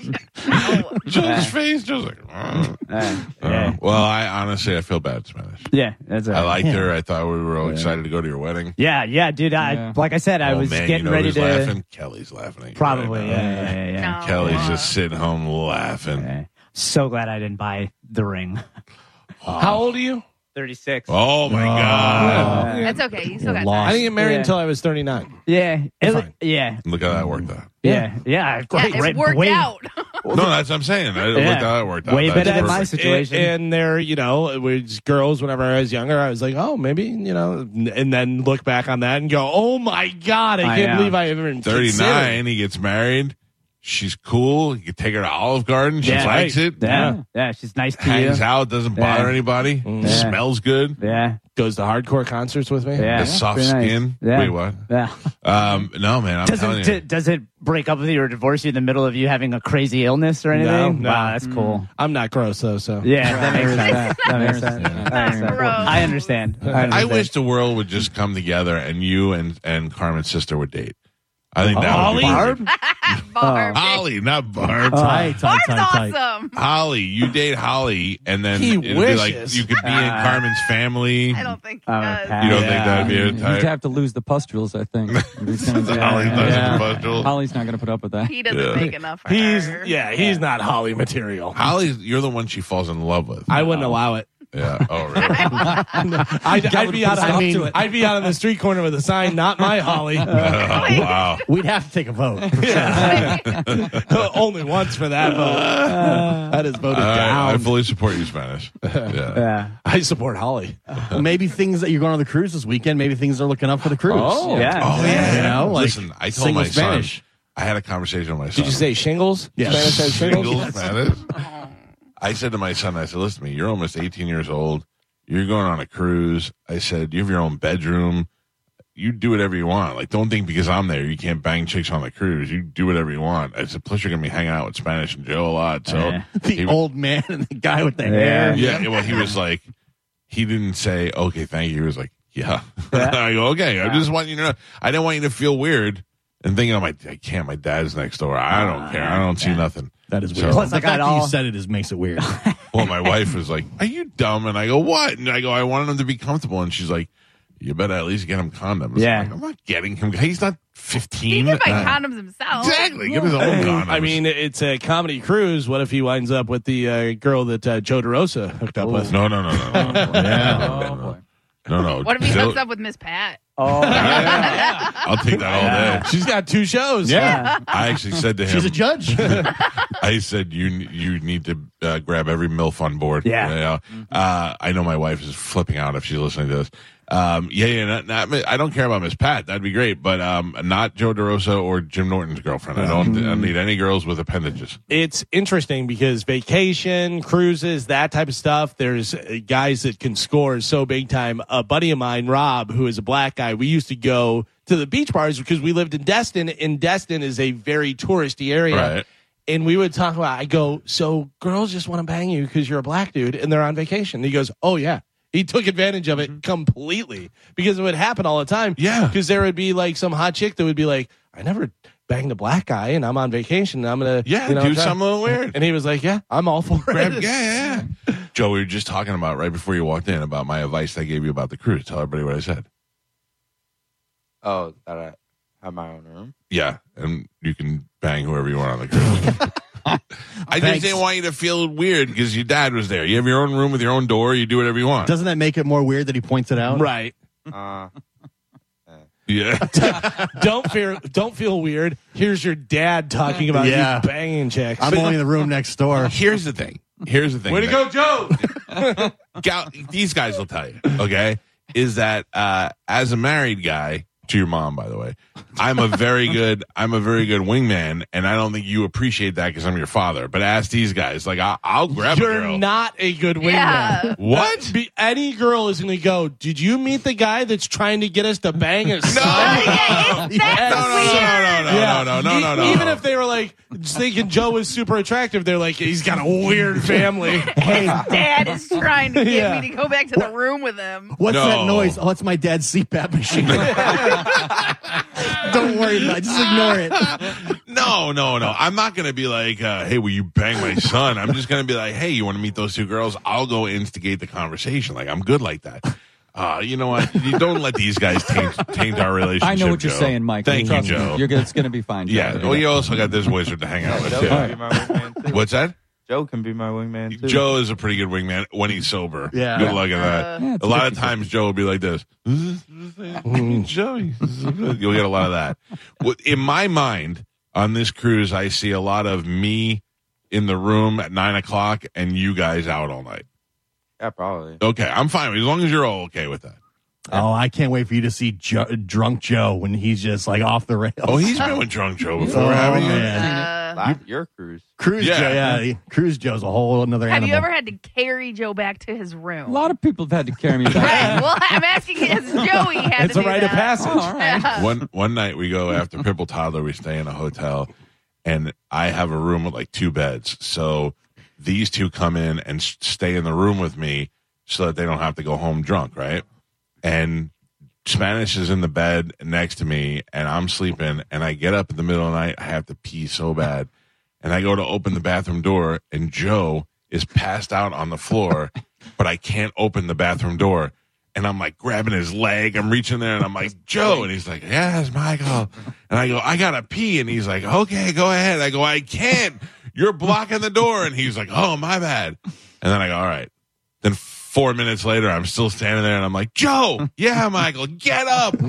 Speaker 5: no.
Speaker 2: Joe's face, Joe's like. "Mm."
Speaker 4: Uh,
Speaker 2: Uh,
Speaker 4: yeah.
Speaker 2: well, I honestly, I feel bad, Spanish.
Speaker 4: Yeah. That's all
Speaker 2: I
Speaker 4: right.
Speaker 2: liked her. I thought we were all excited to go to your wedding.
Speaker 4: Yeah. Yeah, dude. I,
Speaker 8: Yeah.
Speaker 4: like I said, I
Speaker 2: oh
Speaker 4: was
Speaker 2: man,
Speaker 4: getting
Speaker 2: you know
Speaker 4: ready
Speaker 2: who's
Speaker 4: to.
Speaker 2: laughing. Kelly's laughing. At you
Speaker 4: Probably.
Speaker 2: right
Speaker 4: Yeah.
Speaker 2: now.
Speaker 4: Yeah. yeah, yeah.
Speaker 5: No.
Speaker 2: Kelly's just sitting home laughing.
Speaker 4: Yeah. So glad I didn't buy the ring.
Speaker 3: How old are you?
Speaker 4: 36.
Speaker 2: Oh my god!
Speaker 5: That's okay. You still got
Speaker 3: I
Speaker 6: lost.
Speaker 5: time.
Speaker 3: didn't get married
Speaker 4: Yeah.
Speaker 3: until I was 39.
Speaker 4: Yeah. It was-
Speaker 3: fine.
Speaker 4: yeah.
Speaker 2: Look how that worked out.
Speaker 4: Yeah. Yeah.
Speaker 5: Yeah, it worked
Speaker 4: way,
Speaker 5: out.
Speaker 2: no, that's what I'm saying. I, Look
Speaker 4: Yeah.
Speaker 2: how that worked out.
Speaker 4: Way
Speaker 2: That's
Speaker 4: better than my
Speaker 2: perfect.
Speaker 4: situation.
Speaker 3: And, and there, you know, it was girls. Whenever I was younger, I was like, oh, maybe you know, and then look back on that and go, oh my god, I,
Speaker 4: I
Speaker 3: can't
Speaker 4: know.
Speaker 3: believe I ever considered.
Speaker 2: 39. He gets married. She's cool. You can take her to Olive Garden. She
Speaker 4: Yeah.
Speaker 2: likes it.
Speaker 4: yeah. yeah. She's nice to you.
Speaker 2: Hangs out. Doesn't bother
Speaker 4: Yeah.
Speaker 2: anybody. Smells good.
Speaker 4: Yeah.
Speaker 3: Goes to hardcore concerts with me.
Speaker 4: Yeah.
Speaker 2: Has soft
Speaker 4: Pretty nice.
Speaker 2: skin.
Speaker 4: Yeah.
Speaker 2: Wait, what?
Speaker 4: Yeah.
Speaker 2: Um, no, man. I'm telling
Speaker 4: Doesn't
Speaker 2: you.
Speaker 4: d- does it break up with you or divorce you in the middle of you having a crazy illness or anything?
Speaker 3: no.
Speaker 4: Wow, that's
Speaker 2: Mm.
Speaker 4: cool.
Speaker 3: I'm not gross though, so
Speaker 4: Yeah, that makes sense.
Speaker 8: that.
Speaker 4: That makes sense. That makes sense.
Speaker 5: Gross.
Speaker 4: I understand. I,
Speaker 2: I
Speaker 4: understand.
Speaker 2: wish the world would just come together and you and, and Carmen's sister would date. I think that would be
Speaker 4: Barb? Oh,
Speaker 2: perfect.
Speaker 5: Barb.
Speaker 2: Holly, not Barb.
Speaker 6: tight, tight,
Speaker 5: Barb's
Speaker 6: tight, tight.
Speaker 5: awesome.
Speaker 2: Holly, you date Holly, and then
Speaker 3: He
Speaker 2: it'd be like
Speaker 3: wishes.
Speaker 2: you could be in Carmen's family.
Speaker 5: I don't think he
Speaker 4: I'm a
Speaker 5: does.
Speaker 4: pass.
Speaker 2: you don't
Speaker 4: Yeah.
Speaker 2: think that'd be a
Speaker 8: You'd
Speaker 2: type?
Speaker 8: have to lose the pustules, I think. Holly's
Speaker 2: Holly doesn't
Speaker 8: yeah.
Speaker 2: bundle.
Speaker 8: Holly's not going to put up with that.
Speaker 5: He doesn't
Speaker 2: Yeah.
Speaker 5: make enough for
Speaker 3: he's
Speaker 5: her.
Speaker 3: yeah, he's not Holly material.
Speaker 2: Holly, you're the one she falls in love with.
Speaker 3: I wouldn't allow it.
Speaker 2: yeah. Oh, really?
Speaker 3: I'd, I'd be out.
Speaker 8: put a
Speaker 3: I
Speaker 8: stop
Speaker 3: mean,
Speaker 8: to it.
Speaker 3: I'd be out on the street corner with a sign, "Not my Holly."
Speaker 2: Oh, wow.
Speaker 6: We'd have to take a vote.
Speaker 3: Only once for that vote. That is voted
Speaker 2: All right, I
Speaker 3: down.
Speaker 2: fully support you, Spanish. Yeah.
Speaker 4: Yeah.
Speaker 3: I support Holly.
Speaker 6: Well, maybe things that you're going on the cruise this weekend. Maybe things are looking up for the cruise.
Speaker 4: Oh, yeah.
Speaker 2: Oh yeah.
Speaker 6: You know, like,
Speaker 2: Listen, I told
Speaker 6: sing
Speaker 2: my
Speaker 6: in Spanish.
Speaker 2: son. I had a convershed conversation with my son.
Speaker 3: Did you say shingles?
Speaker 6: Yes.
Speaker 3: Spanish has shingles.
Speaker 2: Singles, Spanish? I said to my son, I said, listen to me, you're almost 18 years old. You're going on a cruise. I said, you have your own bedroom. You do whatever you want. Like, don't think because I'm there, you can't bang chicks on the cruise. You do whatever you want. I said, plus you're going to be hanging out with Spanish and Joe a lot. So,
Speaker 8: Yeah.
Speaker 6: The
Speaker 2: He-
Speaker 6: old man and the guy with the hair.
Speaker 2: yeah. Well, he was like, he didn't say, okay, thank you. He was like, yeah. I go, okay. I just want you to know. I didn't want you to feel weird and thinking, I'm like, I can't. My dad's next door. I don't care. I don't see nothing.
Speaker 6: That is
Speaker 2: So-
Speaker 6: weird.
Speaker 4: Plus,
Speaker 6: the
Speaker 4: I got
Speaker 6: fact that
Speaker 4: all-
Speaker 6: you said it is makes it weird.
Speaker 2: Well, my wife was like, "Are you dumb?" And I go, "What?" And I go, "I wanted him to be comfortable." And she's like, "You better at least get him condoms."
Speaker 4: Yeah.
Speaker 2: I'm, like, I'm not getting him. He's not
Speaker 5: He
Speaker 2: fifteen.
Speaker 5: can buy
Speaker 2: Uh,
Speaker 5: condoms himself.
Speaker 2: Exactly. Give his own condoms.
Speaker 3: I mean, it's a comedy cruise. What if he winds up with the uh, girl that uh, Joe DeRosa hooked up with?
Speaker 2: no, no, no, no, no, no,
Speaker 8: Oh, boy.
Speaker 2: no, no.
Speaker 5: What if he
Speaker 2: Zil-
Speaker 5: hooks up with Miss Pat?
Speaker 8: Oh,
Speaker 2: I'll take that all
Speaker 8: Yeah.
Speaker 2: day.
Speaker 3: She's got two shows.
Speaker 6: yeah.
Speaker 2: I actually said to him,
Speaker 6: She's a judge.
Speaker 2: I said, you you need to uh, grab every MILF on board.
Speaker 4: Yeah.
Speaker 3: Mm-hmm.
Speaker 2: Uh, I know my wife is flipping out if she's listening to this. Um, yeah, yeah. Not, not- I don't care about Miss Pat. That'd be great. But um, not Joe DeRosa or Jim Norton's girlfriend. I don't, I
Speaker 3: Mm-hmm.
Speaker 2: don't need any girls with appendages.
Speaker 3: it's interesting because vacation, cruises, that type of stuff, there's uh, guys that can score so big time. A buddy of mine, Rob, who is a black guy, we used to go to the beach bars because we lived in Destin, and Destin is a very touristy area.
Speaker 2: Right.
Speaker 3: And we would talk about, I go, so girls just want to bang you because you're a black dude and they're on vacation. he goes, oh, yeah. He took advantage of it completely because it would happen all the time.
Speaker 2: Mm-hmm. Yeah.
Speaker 3: Because there would be like some hot chick that would be like, I never banged a black guy and I'm on vacation and I'm going to
Speaker 2: Yeah,
Speaker 3: you know,
Speaker 2: do
Speaker 3: try-
Speaker 2: something a little weird.
Speaker 3: And he was like, "Yeah, I'm all for
Speaker 2: Grab,
Speaker 3: it."
Speaker 2: yeah, yeah. Joe, we were just talking about right before you walked in about my advice I gave you about the cruise. Tell everybody what I said.
Speaker 10: Oh, that I have my own room.
Speaker 2: Yeah, and you can bang whoever you want on the cruise. I just
Speaker 6: Thanks.
Speaker 2: didn't want you to feel weird because your dad was there. You have your own room with your own door. You do whatever you want.
Speaker 6: Doesn't that make it more weird that he points it out?
Speaker 3: Right.
Speaker 10: Uh,
Speaker 2: yeah,
Speaker 3: Don't fear. Don't feel weird. Here's your dad talking about
Speaker 6: Yeah.
Speaker 3: you banging chicks.
Speaker 6: I'm only in the room next door.
Speaker 2: Here's the thing. Here's the thing. Way to go, Joe. Gal- these guys will tell you. Okay, is that uh, as a married guy to your mom, by the way, I'm a very good, I'm a very good wingman, and I don't think you appreciate that because I'm your father. But ask these guys. Like I- I'll grab a
Speaker 3: You're
Speaker 2: girl.
Speaker 3: not a good wingman.
Speaker 5: Yeah.
Speaker 2: what?
Speaker 3: Be, any girl is going to go. Did you meet the guy that's trying to get us to bang his
Speaker 2: No.
Speaker 3: son?"
Speaker 5: Yeah, it's that
Speaker 2: No, no, no,
Speaker 5: weird.
Speaker 2: no, no, no,
Speaker 3: Yeah. E,
Speaker 2: no, no, no, no, no.
Speaker 3: Even if they were like thinking Joe is super attractive, they're like, he's got a weird family.
Speaker 5: His dad is trying to get
Speaker 3: Yeah.
Speaker 5: me to go back to the room with him.
Speaker 6: What's
Speaker 2: No.
Speaker 6: that noise? Oh, it's my dad's CPAP machine. Don't worry about it. Just ignore it.
Speaker 2: No, no, no. I'm not going to be like, uh, hey, will you bang my son? I'm just going to be like, hey, you want to meet those two girls? I'll go instigate the conversation. Like, I'm good like that. Uh, you know what? You don't let these guys taint, taint our relationship.
Speaker 8: I know what you're
Speaker 2: Joe.
Speaker 8: saying, Mike.
Speaker 2: Thank you,
Speaker 8: Trust me.
Speaker 2: Joe.
Speaker 8: You're good. It's going to be fine. Joe.
Speaker 2: yeah. Well, you also got this wizard to hang out with,
Speaker 10: Joe
Speaker 2: too.
Speaker 10: can be my wingman too.
Speaker 2: What's that?
Speaker 10: Joe can be my wingman too.
Speaker 2: Joe is a pretty good wingman when he's sober.
Speaker 6: Yeah.
Speaker 2: Good luck at
Speaker 5: Uh,
Speaker 2: that.
Speaker 8: Yeah, it's
Speaker 2: a lot of
Speaker 8: 50-50.
Speaker 2: times Joe will be like this. Joey. You'll get a lot of that. What- In my mind, on this cruise, I see a lot of me in the room at nine o'clock and you guys out all night.
Speaker 10: Yeah, probably.
Speaker 2: Okay, I'm fine as long as you're all okay with that.
Speaker 6: Oh, I can't wait for you to see jo- drunk Joe when he's just like off the rails.
Speaker 2: Oh, he's been with drunk Joe before,
Speaker 6: Oh,
Speaker 2: haven't you?
Speaker 6: man.
Speaker 5: Uh,
Speaker 10: Like your cruise.
Speaker 6: Cruise
Speaker 2: Yeah.
Speaker 6: Joe, yeah. he- Cruise Joe's a whole another
Speaker 5: have
Speaker 6: animal.
Speaker 5: you ever had to carry Joe back to his room?
Speaker 8: A lot of people have had to carry me back.
Speaker 5: Right. Well, I'm asking has Joey had
Speaker 3: it's
Speaker 5: to
Speaker 3: a
Speaker 5: do
Speaker 3: rite of
Speaker 5: that?
Speaker 3: passage.
Speaker 8: Oh, all right.
Speaker 5: Yeah.
Speaker 2: one one night we go after Pipple Toddler, we stay in a hotel, and I have a room with like two beds. So these two come in and s- stay in the room with me so that they don't have to go home drunk, right? And Spanish is in the bed next to me, and I'm sleeping, and I get up in the middle of the night, I have to pee so bad, and I go to open the bathroom door, and Joe is passed out on the floor, but I can't open the bathroom door and I'm like grabbing his leg. I'm reaching there and I'm like, Joe. And he's like, Yes, Michael. And I go, I gotta pee. And he's like, Okay, go ahead. I go, I can't. You're blocking the door. And he's like, Oh, my bad. And then I go, All right. Then four minutes later, I'm still standing there and I'm like, Joe, yeah, Michael, get up.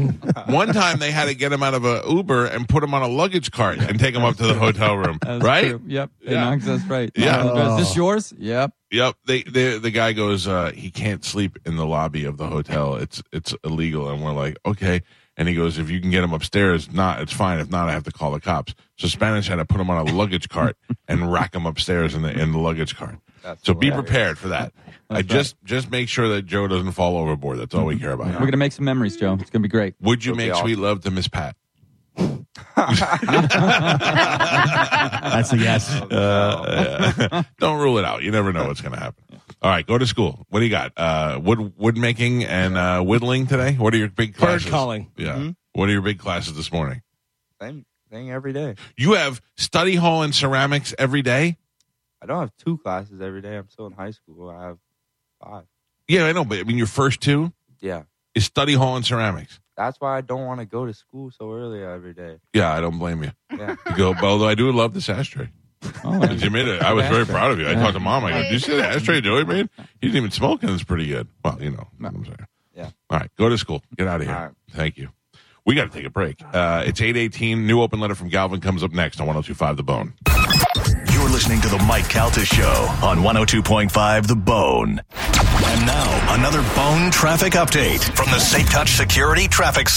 Speaker 2: One time they had to get him out of a Uber and put him on a luggage cart and take him up to the hotel room.
Speaker 8: That's
Speaker 2: right?
Speaker 8: true. Yep. It
Speaker 2: Yeah.
Speaker 8: knocks us right.
Speaker 2: Yeah.
Speaker 8: Is
Speaker 3: Oh.
Speaker 8: this yours? Yep.
Speaker 2: Yep. They, they the guy goes, uh, he can't sleep in the lobby of the hotel. It's it's illegal. And we're like, okay. And he goes, if you can get him upstairs, not it's fine. If not, I have to call the cops. So Spanish had to put him on a luggage cart and rack him upstairs in the in the luggage cart.
Speaker 10: That's
Speaker 2: so be
Speaker 10: hilarious.
Speaker 2: prepared for that. I just just make sure that Joe doesn't fall overboard. That's all we care about.
Speaker 8: We're gonna make some memories, Joe. It's gonna be great.
Speaker 2: Would you
Speaker 10: It'll be
Speaker 2: make
Speaker 10: awesome.
Speaker 2: sweet love to Miss Pat?
Speaker 6: That's a yes.
Speaker 2: Uh, don't rule it out. You never know what's going to happen. All right, go to school. What do you got? Uh, wood wood making and uh, whittling today. What are your big
Speaker 3: Bird
Speaker 2: classes?
Speaker 3: calling.
Speaker 2: Yeah. What are your big classes this morning?
Speaker 10: Mm-hmm. Same thing every day.
Speaker 2: You have study hall and ceramics every day.
Speaker 10: I don't have two classes every day. I'm still in high school. I have five.
Speaker 2: Yeah, I know, but I mean your first two
Speaker 10: Yeah.
Speaker 2: is study hall and ceramics.
Speaker 10: That's why I don't want to go to school so early every day.
Speaker 2: Yeah, I don't blame you.
Speaker 10: Yeah.
Speaker 2: You go, but although I do love this ashtray.
Speaker 8: Oh,
Speaker 2: Did you made it? I was very proud of you. I talked to mom. I go, "Did you see the ashtray Joey made? He didn't even smoke, and it's pretty good." Well, you know, what I'm saying.
Speaker 10: Yeah.
Speaker 2: All right, go to school. Get out of here.
Speaker 10: All right.
Speaker 2: Thank you. We got to take a break. Uh, it's eight eighteen. New open letter from Galvin comes up next on 102.5 The Bone.
Speaker 1: You're listening to the Mike Calta Show on 102.5 The Bone. And now, another bone traffic update from the Safe Touch Security Traffic Center.